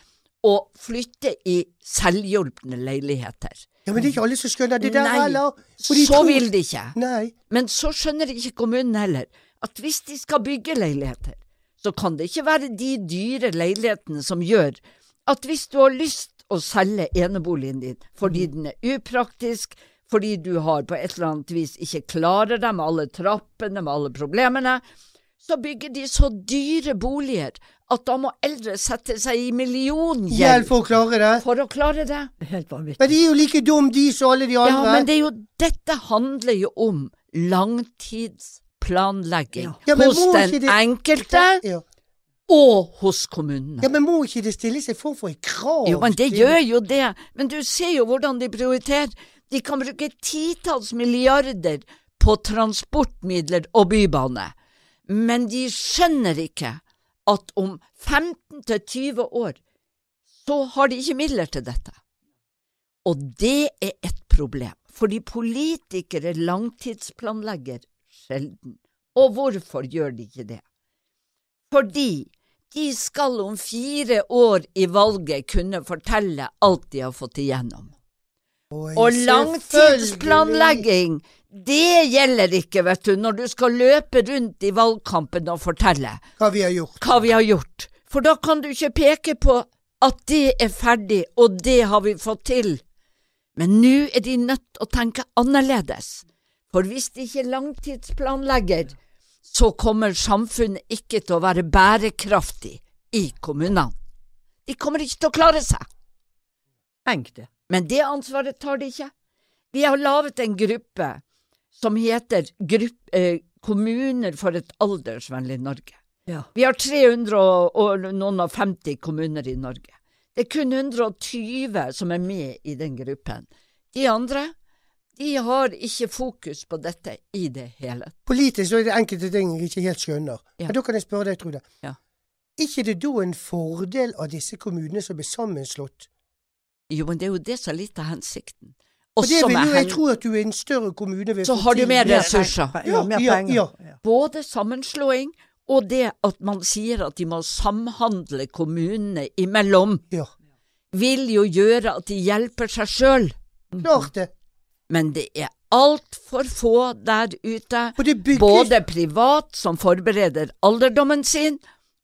[SPEAKER 2] og flytte i selvhjulpne leiligheter.
[SPEAKER 1] Ja, men det er ikke alle som skjønner det der
[SPEAKER 2] Nei,
[SPEAKER 1] heller. For de
[SPEAKER 2] Så
[SPEAKER 1] tror-
[SPEAKER 2] vil de ikke.
[SPEAKER 1] Nei.
[SPEAKER 2] Men så skjønner ikke kommunen heller at hvis de skal bygge leiligheter, så kan det ikke være de dyre leilighetene som gjør at hvis du har lyst å selge eneboligen din fordi den er upraktisk, fordi du har på et eller annet vis ikke klarer deg med alle trappene, med alle problemene, så bygger de så dyre boliger at da må eldre sette seg i
[SPEAKER 1] Hjelp
[SPEAKER 2] milliongjeld
[SPEAKER 1] for å klare det.
[SPEAKER 2] for å klare det.
[SPEAKER 3] Det er Helt vanvittig.
[SPEAKER 1] Men de er jo like dum, de som alle de andre.
[SPEAKER 2] Ja, men det er jo, dette handler jo om langtidsplanlegging
[SPEAKER 1] Ja, men
[SPEAKER 2] hos
[SPEAKER 1] må ikke
[SPEAKER 2] den
[SPEAKER 1] det-
[SPEAKER 2] enkelte
[SPEAKER 1] Ja.
[SPEAKER 2] og hos kommunene.
[SPEAKER 1] ja, men må ikke det stilles en form for et krav?
[SPEAKER 2] jo, men det
[SPEAKER 1] til-
[SPEAKER 2] gjør jo det. Men du ser jo hvordan de prioriterer. De kan bruke titalls milliarder på transportmidler og bybane, men de skjønner ikke at om 15 til 20 år så har de ikke midler til dette. Og det er et problem, fordi politikere langtidsplanlegger sjelden. Og hvorfor gjør de ikke det? Fordi de skal om fire år i valget kunne fortelle alt de har fått igjennom.
[SPEAKER 1] Oi,
[SPEAKER 2] Og
[SPEAKER 1] selvfølgelig.
[SPEAKER 2] langtidsplanlegging, det gjelder ikke, vet du, når du skal løpe rundt i valgkampen og fortelle
[SPEAKER 1] Hva vi har gjort.
[SPEAKER 2] hva vi har gjort. For da kan du ikke peke på at det er ferdig, og det har vi fått til. Men nå er de nødt til å tenke annerledes. For hvis de ikke langtidsplanlegger, så kommer samfunnet ikke til å være bærekraftig i kommunene. De kommer ikke til å klare seg.
[SPEAKER 3] Tenk det.
[SPEAKER 2] Men det ansvaret tar de ikke. Vi har laget en gruppe som heter grupp, eh, Kommuner for et aldersvennlig Norge.
[SPEAKER 3] Ja.
[SPEAKER 2] Vi har 300 og, og noen og 50 kommuner i Norge. Det er kun 120 som er med i den gruppen. De andre, de har ikke fokus på dette i det hele tatt.
[SPEAKER 1] Politisk så er det enkelte ting jeg ikke helt skjønner.
[SPEAKER 2] Ja.
[SPEAKER 1] Men da kan jeg spørre deg, Trude.
[SPEAKER 2] Ja.
[SPEAKER 1] ikke det da en fordel av disse kommunene som ble sammenslått,
[SPEAKER 2] Jo, men det er jo det som er litt av hensikten.
[SPEAKER 1] Og det
[SPEAKER 2] Også
[SPEAKER 1] vil jo,
[SPEAKER 2] med
[SPEAKER 1] jeg
[SPEAKER 2] hen-
[SPEAKER 1] tror at du er en større kommune ved
[SPEAKER 2] Så har du mer
[SPEAKER 1] det.
[SPEAKER 2] ressurser.
[SPEAKER 3] Pe-
[SPEAKER 1] Ja,
[SPEAKER 3] Ja, mer
[SPEAKER 1] ja,
[SPEAKER 3] penger.
[SPEAKER 1] ja.
[SPEAKER 3] Ja.
[SPEAKER 2] Både sammenslåing og det at man sier at de må samhandle kommunene imellom,
[SPEAKER 1] Ja,
[SPEAKER 2] vil jo gjøre at de hjelper seg sjøl.
[SPEAKER 1] klart det.
[SPEAKER 2] Men det er altfor få der ute,
[SPEAKER 1] Og det bygges
[SPEAKER 2] både privat som forbereder alderdommen sin,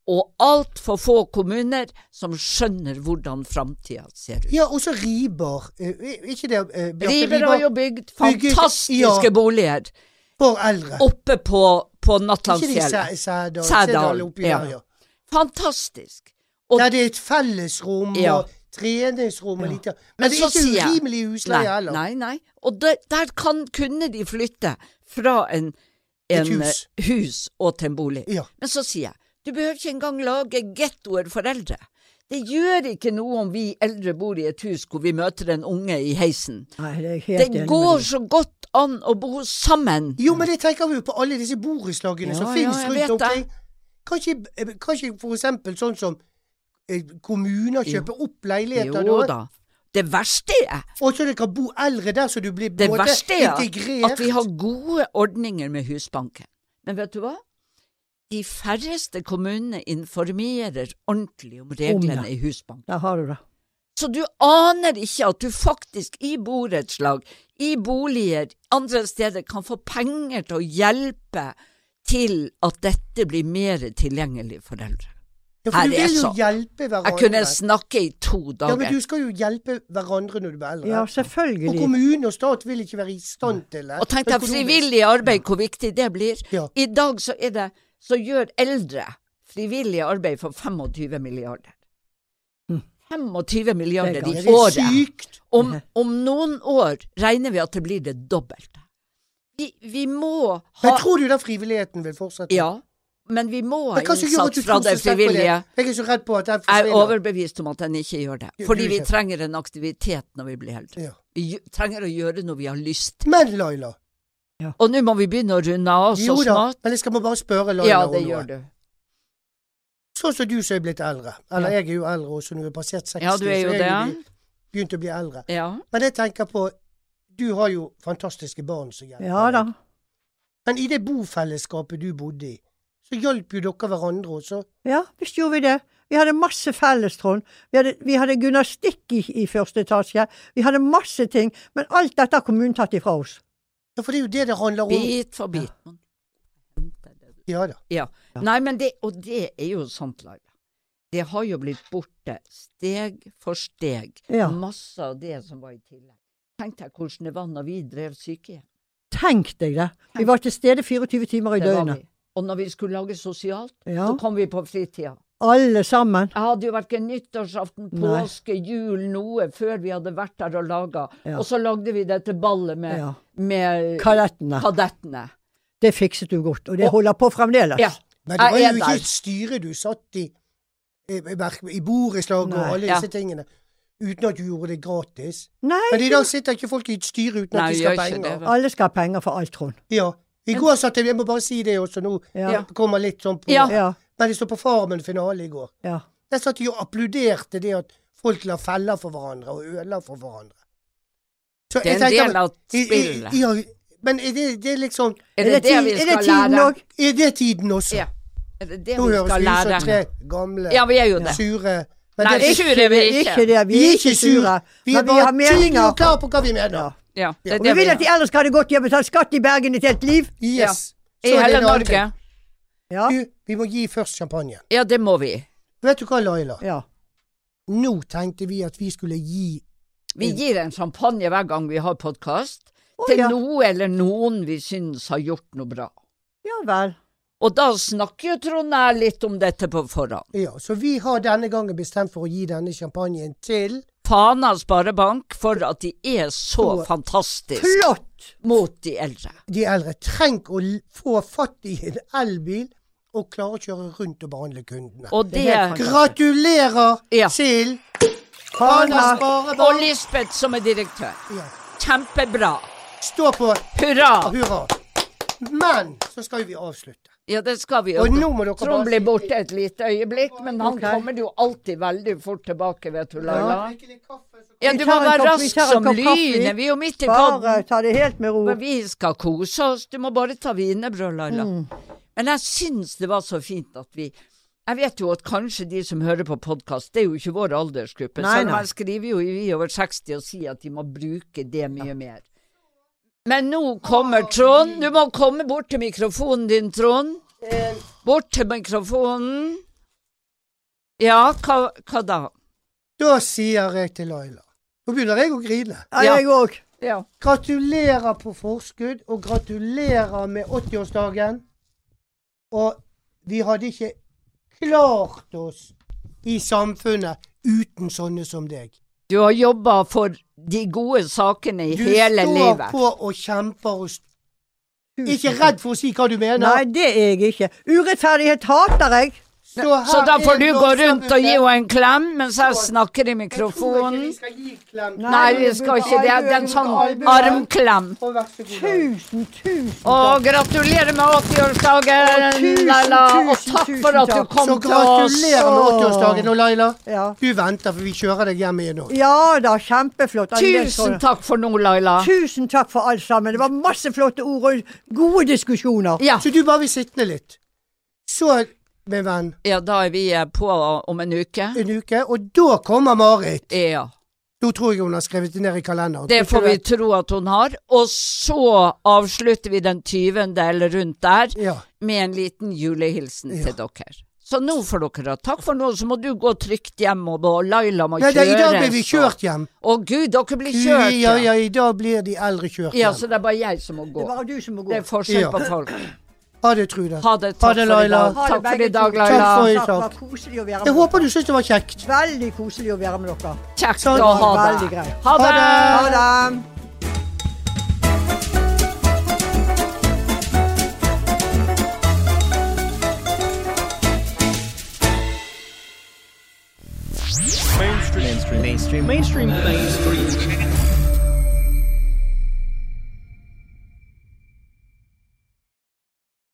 [SPEAKER 2] og altfor få kommuner som skjønner hvordan framtida ser ut.
[SPEAKER 1] Ja, og så Riber. Eh, er ikke det eh, Bjarte?
[SPEAKER 2] Riber har jo bygd
[SPEAKER 1] Bygget-
[SPEAKER 2] fantastiske
[SPEAKER 1] ja.
[SPEAKER 2] boliger
[SPEAKER 1] For eldre.
[SPEAKER 2] oppe på, på
[SPEAKER 1] Ikke de
[SPEAKER 2] Nattlandsfjellet.
[SPEAKER 1] Sæ- Sædal
[SPEAKER 2] Sædal,
[SPEAKER 1] Sædal oppi
[SPEAKER 2] ja.
[SPEAKER 1] der, ja.
[SPEAKER 2] Fantastisk. Og
[SPEAKER 1] Der det er et fellesrom
[SPEAKER 2] Ja.
[SPEAKER 1] og treningsrom og
[SPEAKER 3] Ja.
[SPEAKER 1] lite Men,
[SPEAKER 2] Men
[SPEAKER 1] det
[SPEAKER 2] så
[SPEAKER 1] er ikke
[SPEAKER 2] sier jeg-
[SPEAKER 1] urimelig husleie
[SPEAKER 2] nei,
[SPEAKER 1] heller.
[SPEAKER 2] nei, nei. Og der, der kan, kunne de flytte fra en,
[SPEAKER 1] Et
[SPEAKER 2] en eh,
[SPEAKER 1] hus.
[SPEAKER 2] hus og til en bolig.
[SPEAKER 1] Ja.
[SPEAKER 2] Men så sier jeg, du behøver ikke engang lage gettoer for eldre. Det gjør ikke noe om vi eldre bor i et hus hvor vi møter en unge i heisen.
[SPEAKER 3] Nei, det er jeg helt
[SPEAKER 2] Det
[SPEAKER 3] enig
[SPEAKER 2] går
[SPEAKER 3] med deg.
[SPEAKER 2] så godt an å bo sammen.
[SPEAKER 1] Jo, men det tenker vi jo på alle disse borettslagene
[SPEAKER 2] Ja,
[SPEAKER 1] som
[SPEAKER 2] ja,
[SPEAKER 1] finnes
[SPEAKER 2] jeg vet
[SPEAKER 1] rundt omkring. Kanskje, eh, kanskje for eksempel sånn som eh, kommuner kjøper opp leiligheter
[SPEAKER 2] Jo
[SPEAKER 1] da.
[SPEAKER 2] da. Det verste er,
[SPEAKER 1] Og så det kan bo eldre der, så du blir
[SPEAKER 2] det
[SPEAKER 1] både
[SPEAKER 2] verste er
[SPEAKER 1] integrert
[SPEAKER 2] at vi har gode ordninger med Husbanken. Men vet du hva? De færreste kommunene informerer ordentlig om reglene i Husbanken.
[SPEAKER 3] Der har du det.
[SPEAKER 2] Så du aner ikke at du faktisk i borettslag, i boliger, andre steder kan få penger til å hjelpe til at dette blir mer tilgjengelig for eldre.
[SPEAKER 1] Ja, for
[SPEAKER 2] Her
[SPEAKER 1] du
[SPEAKER 2] er
[SPEAKER 1] vil jo
[SPEAKER 2] så-
[SPEAKER 1] hjelpe hverandre.
[SPEAKER 2] Jeg kunne snakke i to
[SPEAKER 1] Ja, men
[SPEAKER 2] dager.
[SPEAKER 1] du skal jo hjelpe hverandre når du blir eldre.
[SPEAKER 3] Ja,
[SPEAKER 1] og
[SPEAKER 3] selvfølgelig.
[SPEAKER 1] kommune og stat vil ikke være i stand til det.
[SPEAKER 2] Og tenk deg
[SPEAKER 1] Økonomisk.
[SPEAKER 2] frivillig arbeid, hvor viktig det blir.
[SPEAKER 1] Ja.
[SPEAKER 2] I dag så er det, så gjør eldre frivillig arbeid for 25 milliarder. 25
[SPEAKER 3] Det er
[SPEAKER 2] milliarder i
[SPEAKER 1] Ja, Hm. det er
[SPEAKER 2] året.
[SPEAKER 1] sykt.
[SPEAKER 2] Om, om noen år regner vi at det blir det dobbelte. Vi, vi må
[SPEAKER 1] Men
[SPEAKER 2] ha
[SPEAKER 1] tror du da frivilligheten vil fortsette?
[SPEAKER 2] Ja, men vi må ha
[SPEAKER 1] Men hva som gjør at du
[SPEAKER 2] innsats fra
[SPEAKER 1] tror så sterkt
[SPEAKER 2] det
[SPEAKER 1] på det?
[SPEAKER 2] frivillige.
[SPEAKER 1] Jeg er så redd på at den
[SPEAKER 2] Jeg er
[SPEAKER 1] forsvinner.
[SPEAKER 2] overbevist om at den ikke gjør det.
[SPEAKER 1] Du-
[SPEAKER 2] Fordi
[SPEAKER 1] du
[SPEAKER 2] vi
[SPEAKER 1] ikke.
[SPEAKER 2] trenger en aktivitet når vi blir eldre.
[SPEAKER 1] Ja.
[SPEAKER 2] Vi gj- trenger å gjøre noe vi har lyst til.
[SPEAKER 1] Men Laila,
[SPEAKER 2] Og nå må vi begynne å runde av så
[SPEAKER 1] jo da,
[SPEAKER 2] snart.
[SPEAKER 1] men jeg skal bare spørre Laila
[SPEAKER 2] Ja,
[SPEAKER 1] om
[SPEAKER 2] det
[SPEAKER 1] noe.
[SPEAKER 2] gjør du.
[SPEAKER 1] Sånn som du som er blitt eldre. Eller
[SPEAKER 2] Ja.
[SPEAKER 1] jeg er jo eldre også, når jeg har passert 60.
[SPEAKER 2] Ja, du er
[SPEAKER 1] så
[SPEAKER 2] jo
[SPEAKER 1] jeg
[SPEAKER 2] det.
[SPEAKER 1] blitt- Begynt å bli eldre.
[SPEAKER 2] Ja.
[SPEAKER 1] Men jeg tenker på Du har jo fantastiske barn som hjelper.
[SPEAKER 3] Ja da.
[SPEAKER 1] deg. Men i det bofellesskapet du bodde i, så hjalp jo dere hverandre også.
[SPEAKER 3] Ja, visst gjorde vi det. Vi hadde masse felles, Trond. Vi hadde, vi hadde Gunnar Stikk i, i første etasje. Vi hadde masse ting, men alt dette har kommunen tatt ifra oss.
[SPEAKER 1] Ja, for det er jo det det handler om.
[SPEAKER 2] Bit for bit.
[SPEAKER 1] Ja da.
[SPEAKER 2] Ja. Nei, men det, og det er jo sant, Laila. Det har jo blitt borte steg for steg,
[SPEAKER 3] Ja.
[SPEAKER 2] masse av det som var i tillegg. Tenk deg hvordan det var når vi drev sykehjem.
[SPEAKER 3] Tenk deg det! Vi var til stede 24 timer i
[SPEAKER 2] Det var
[SPEAKER 3] døgnet.
[SPEAKER 2] vi. Og når vi skulle lage sosialt,
[SPEAKER 3] Ja.
[SPEAKER 2] så kom vi på fritida.
[SPEAKER 3] Alle sammen.
[SPEAKER 2] Jeg hadde jo verken nyttårsaften,
[SPEAKER 3] Nei.
[SPEAKER 2] påske, jul, noe før vi hadde vært der og laga.
[SPEAKER 3] Ja.
[SPEAKER 2] Og så lagde vi dette ballet med,
[SPEAKER 3] Ja.
[SPEAKER 2] med
[SPEAKER 3] Kadettene.
[SPEAKER 2] kadettene.
[SPEAKER 3] Det fikset du godt, og det
[SPEAKER 2] Og-
[SPEAKER 3] holder på fremdeles.
[SPEAKER 2] Ja.
[SPEAKER 1] Men det var
[SPEAKER 2] Jeg
[SPEAKER 1] jo
[SPEAKER 2] er
[SPEAKER 1] ikke
[SPEAKER 2] der.
[SPEAKER 1] et styre du satt i, i, i- i borettslag og
[SPEAKER 3] Nei.
[SPEAKER 1] alle
[SPEAKER 2] Ja.
[SPEAKER 1] disse tingene, uten at du gjorde det gratis. Men
[SPEAKER 3] Nei,
[SPEAKER 1] i dag sitter ikke folk i et styre uten
[SPEAKER 2] Nei,
[SPEAKER 1] at de
[SPEAKER 2] gjør
[SPEAKER 1] skal ha
[SPEAKER 2] ikke det,
[SPEAKER 1] penger.
[SPEAKER 2] vel.
[SPEAKER 3] alle skal ha penger for alt, Trond.
[SPEAKER 1] Ja. I går satt jeg Jeg må bare si det også, nå
[SPEAKER 3] Ja.
[SPEAKER 1] kommer litt sånn på
[SPEAKER 2] Ja.
[SPEAKER 3] Ja.
[SPEAKER 1] Men jeg så på Farmen-finale i går.
[SPEAKER 3] ja.
[SPEAKER 1] Der satt de og applauderte det at folk la feller for hverandre og øler for hverandre. Så
[SPEAKER 2] Det er
[SPEAKER 1] jeg
[SPEAKER 2] en
[SPEAKER 1] tenker-
[SPEAKER 2] del av
[SPEAKER 1] I- i-
[SPEAKER 2] spillet.
[SPEAKER 1] Ja, men er det, det er liksom
[SPEAKER 2] Er det det
[SPEAKER 3] tid-
[SPEAKER 2] vi
[SPEAKER 3] er det
[SPEAKER 2] skal
[SPEAKER 3] tiden
[SPEAKER 2] lære?
[SPEAKER 3] òg?
[SPEAKER 1] Er det tiden også?
[SPEAKER 2] Ja. Er det det
[SPEAKER 1] Nå
[SPEAKER 2] vi
[SPEAKER 1] høres
[SPEAKER 2] skal
[SPEAKER 1] vi ut som tre
[SPEAKER 2] lære?
[SPEAKER 1] gamle,
[SPEAKER 2] Ja, vi er jo det.
[SPEAKER 1] sure men
[SPEAKER 2] Nei,
[SPEAKER 1] det,
[SPEAKER 2] vi- Sure er vi ikke.
[SPEAKER 3] Ikke det. Vi er ikke sure.
[SPEAKER 1] Vi er
[SPEAKER 3] Men vi
[SPEAKER 1] bare
[SPEAKER 3] har meninger.
[SPEAKER 1] tydelige og klare på hva vi mener.
[SPEAKER 3] Ja.
[SPEAKER 2] Ja, det er
[SPEAKER 3] Og
[SPEAKER 2] det
[SPEAKER 3] vi vil at de eldre skal ha det godt. De har betalt skatt i Bergen et helt liv.
[SPEAKER 2] Ja.
[SPEAKER 1] Yes.
[SPEAKER 2] I
[SPEAKER 1] Så er det
[SPEAKER 2] hele
[SPEAKER 1] en annen
[SPEAKER 2] Norge.
[SPEAKER 3] Ja.
[SPEAKER 1] ting. Du, vi må gi først champagnen.
[SPEAKER 2] Ja, det må vi.
[SPEAKER 1] Vet du hva, Laila?
[SPEAKER 3] ja.
[SPEAKER 1] Nå tenkte vi at vi skulle gi
[SPEAKER 2] Vi gir en champagne hver gang vi har podkast,
[SPEAKER 3] Å,
[SPEAKER 2] til
[SPEAKER 3] ja.
[SPEAKER 2] noe eller noen vi syns har gjort noe bra.
[SPEAKER 3] Ja vel.
[SPEAKER 2] Og da snakker jo Trond jeg litt om dette på forhånd.
[SPEAKER 1] Ja, så vi har denne gangen bestemt for å gi denne champagnen til
[SPEAKER 2] Fana sparebank for at de er så
[SPEAKER 1] Så-
[SPEAKER 2] fantastiske
[SPEAKER 3] Flott!
[SPEAKER 2] mot de eldre.
[SPEAKER 1] de eldre. Trenk å l- få fatt i en elbil og klare å kjøre rundt og behandle kundene.
[SPEAKER 2] Og det,
[SPEAKER 3] Det er helt
[SPEAKER 1] Gratulerer
[SPEAKER 2] Ja.
[SPEAKER 1] til
[SPEAKER 3] Hanna.
[SPEAKER 1] Hanna Sparebank!
[SPEAKER 2] Og Lisbeth som er direktør.
[SPEAKER 1] Ja.
[SPEAKER 2] Kjempebra.
[SPEAKER 1] Stå på
[SPEAKER 2] Hurra!
[SPEAKER 1] hurra. Men så skal vi avslutte.
[SPEAKER 2] Ja, det skal vi jo.
[SPEAKER 1] Og nå må dere
[SPEAKER 4] Trond
[SPEAKER 1] bare
[SPEAKER 4] blir borte et lite øyeblikk, men han
[SPEAKER 3] Ok.
[SPEAKER 4] kommer jo alltid veldig fort tilbake, vet du, Laila.
[SPEAKER 2] Ja,
[SPEAKER 3] Vi
[SPEAKER 2] du må
[SPEAKER 3] tar en
[SPEAKER 2] være
[SPEAKER 3] kopp- vi
[SPEAKER 2] rask
[SPEAKER 3] tar en
[SPEAKER 2] som
[SPEAKER 3] kopp kaffe.
[SPEAKER 2] lynet. Vi er jo midt i
[SPEAKER 3] Bare
[SPEAKER 2] podden.
[SPEAKER 3] ta det helt med ro.
[SPEAKER 2] Men vi skal kose oss. Du må bare ta wienerbrød, Laila. Men jeg syns det var så fint at vi Jeg vet jo at kanskje de som hører på podkast, det er jo ikke vår aldersgruppe.
[SPEAKER 3] Nei,
[SPEAKER 2] selv om
[SPEAKER 3] nei.
[SPEAKER 2] jeg skriver jo i Vi over 60 og sier at de må bruke det mye mer. Men nå kommer Trond. Du må komme bort til mikrofonen din, Trond. Bort til mikrofonen. Ja, hva, hva da?
[SPEAKER 1] Da sier jeg til Laila Nå begynner jeg å grine.
[SPEAKER 3] Ja,
[SPEAKER 2] Ja.
[SPEAKER 3] jeg òg.
[SPEAKER 4] Ja.
[SPEAKER 1] Gratulerer på forskudd, og gratulerer med 80-årsdagen. Og vi hadde ikke klart oss i samfunnet uten sånne som deg.
[SPEAKER 2] Du har jobba for de gode sakene i
[SPEAKER 1] Du
[SPEAKER 2] hele
[SPEAKER 1] står
[SPEAKER 2] livet.
[SPEAKER 1] på og kjemper og st- Ikke redd for å si hva du mener.
[SPEAKER 3] Nei, det er jeg ikke. Urettferdighet hater jeg.
[SPEAKER 1] Så,
[SPEAKER 2] Så da får
[SPEAKER 1] er
[SPEAKER 2] du gå rundt og gi
[SPEAKER 1] Nordstabbuffet.
[SPEAKER 2] henne en klem mens jeg snakker i
[SPEAKER 1] Jeg tror ikke
[SPEAKER 2] mikrofonen.
[SPEAKER 1] vi skal gi klem.
[SPEAKER 2] Nei, vi skal ikke det. Det er en sånn armklem.
[SPEAKER 1] Og vær så god. Laila.
[SPEAKER 3] Tusen, tusen
[SPEAKER 2] Og gratulerer med 80-årsdagen,
[SPEAKER 3] tusen,
[SPEAKER 2] Laila. Og
[SPEAKER 3] tusen,
[SPEAKER 2] takk
[SPEAKER 3] tusen
[SPEAKER 2] for at du
[SPEAKER 3] takk.
[SPEAKER 2] kom
[SPEAKER 1] Så
[SPEAKER 2] til oss.
[SPEAKER 1] gratulerer med 80-årsdagen. Og Laila,
[SPEAKER 3] Ja.
[SPEAKER 1] du venter, for vi kjører deg hjem igjen nå.
[SPEAKER 3] Ja da, kjempeflott. Andel, tror
[SPEAKER 2] Tusen
[SPEAKER 3] jeg.
[SPEAKER 2] takk for nå, Laila.
[SPEAKER 3] Tusen takk for alt sammen. Det var masse flotte ord og gode diskusjoner.
[SPEAKER 2] Ja,
[SPEAKER 1] Så du bare blir sittende litt. Så, min venn,
[SPEAKER 2] ja, da er vi eh, på om en uke.
[SPEAKER 1] en uke, og da kommer Marit.
[SPEAKER 2] Ja.
[SPEAKER 1] Nå tror jeg hun har skrevet det ned i kalenderen.
[SPEAKER 2] Det
[SPEAKER 1] Tror
[SPEAKER 2] får
[SPEAKER 1] ikke
[SPEAKER 2] vi tro at hun har. Og så avslutter vi den 20. eller rundt der
[SPEAKER 1] Ja.
[SPEAKER 2] med en liten julehilsen
[SPEAKER 1] Ja.
[SPEAKER 2] til dere. Så nå får dere ha takk for nå, så må du gå trygt hjem, og og Laila må
[SPEAKER 1] Nei, det,
[SPEAKER 2] kjøre.
[SPEAKER 1] I dag blir vi
[SPEAKER 2] så-
[SPEAKER 1] kjørt hjem.
[SPEAKER 2] Å gud, dere blir altså. kjørt
[SPEAKER 1] ja, ja, i dag blir de eldre kjørt
[SPEAKER 2] Ja,
[SPEAKER 1] hjem.
[SPEAKER 2] så det er bare jeg som må
[SPEAKER 3] Det
[SPEAKER 2] gå.
[SPEAKER 3] er bare du som må gå.
[SPEAKER 2] Det er forskjell
[SPEAKER 1] Ja.
[SPEAKER 2] på folk.
[SPEAKER 1] Ha det, Trude.
[SPEAKER 2] Ha det.
[SPEAKER 1] Ha
[SPEAKER 2] Takk
[SPEAKER 1] det,
[SPEAKER 2] for i
[SPEAKER 1] Laila.
[SPEAKER 2] dag.
[SPEAKER 3] Ha det,
[SPEAKER 2] Takk for i
[SPEAKER 3] begge
[SPEAKER 2] dag,
[SPEAKER 3] to.
[SPEAKER 2] Laila.
[SPEAKER 1] Takk for i
[SPEAKER 3] Takk, det var
[SPEAKER 1] takk.
[SPEAKER 3] koselig å være med
[SPEAKER 1] Jeg håper
[SPEAKER 3] dere.
[SPEAKER 1] du syntes det var kjekt.
[SPEAKER 3] Veldig koselig å være med dere.
[SPEAKER 2] Kjekt
[SPEAKER 1] Sånn.
[SPEAKER 2] å ha deg.
[SPEAKER 3] Veldig greit.
[SPEAKER 2] Ha
[SPEAKER 1] Ha
[SPEAKER 2] det!
[SPEAKER 1] det.
[SPEAKER 3] Ha det.
[SPEAKER 5] mainstream mainstream mainstream mainstream mainstream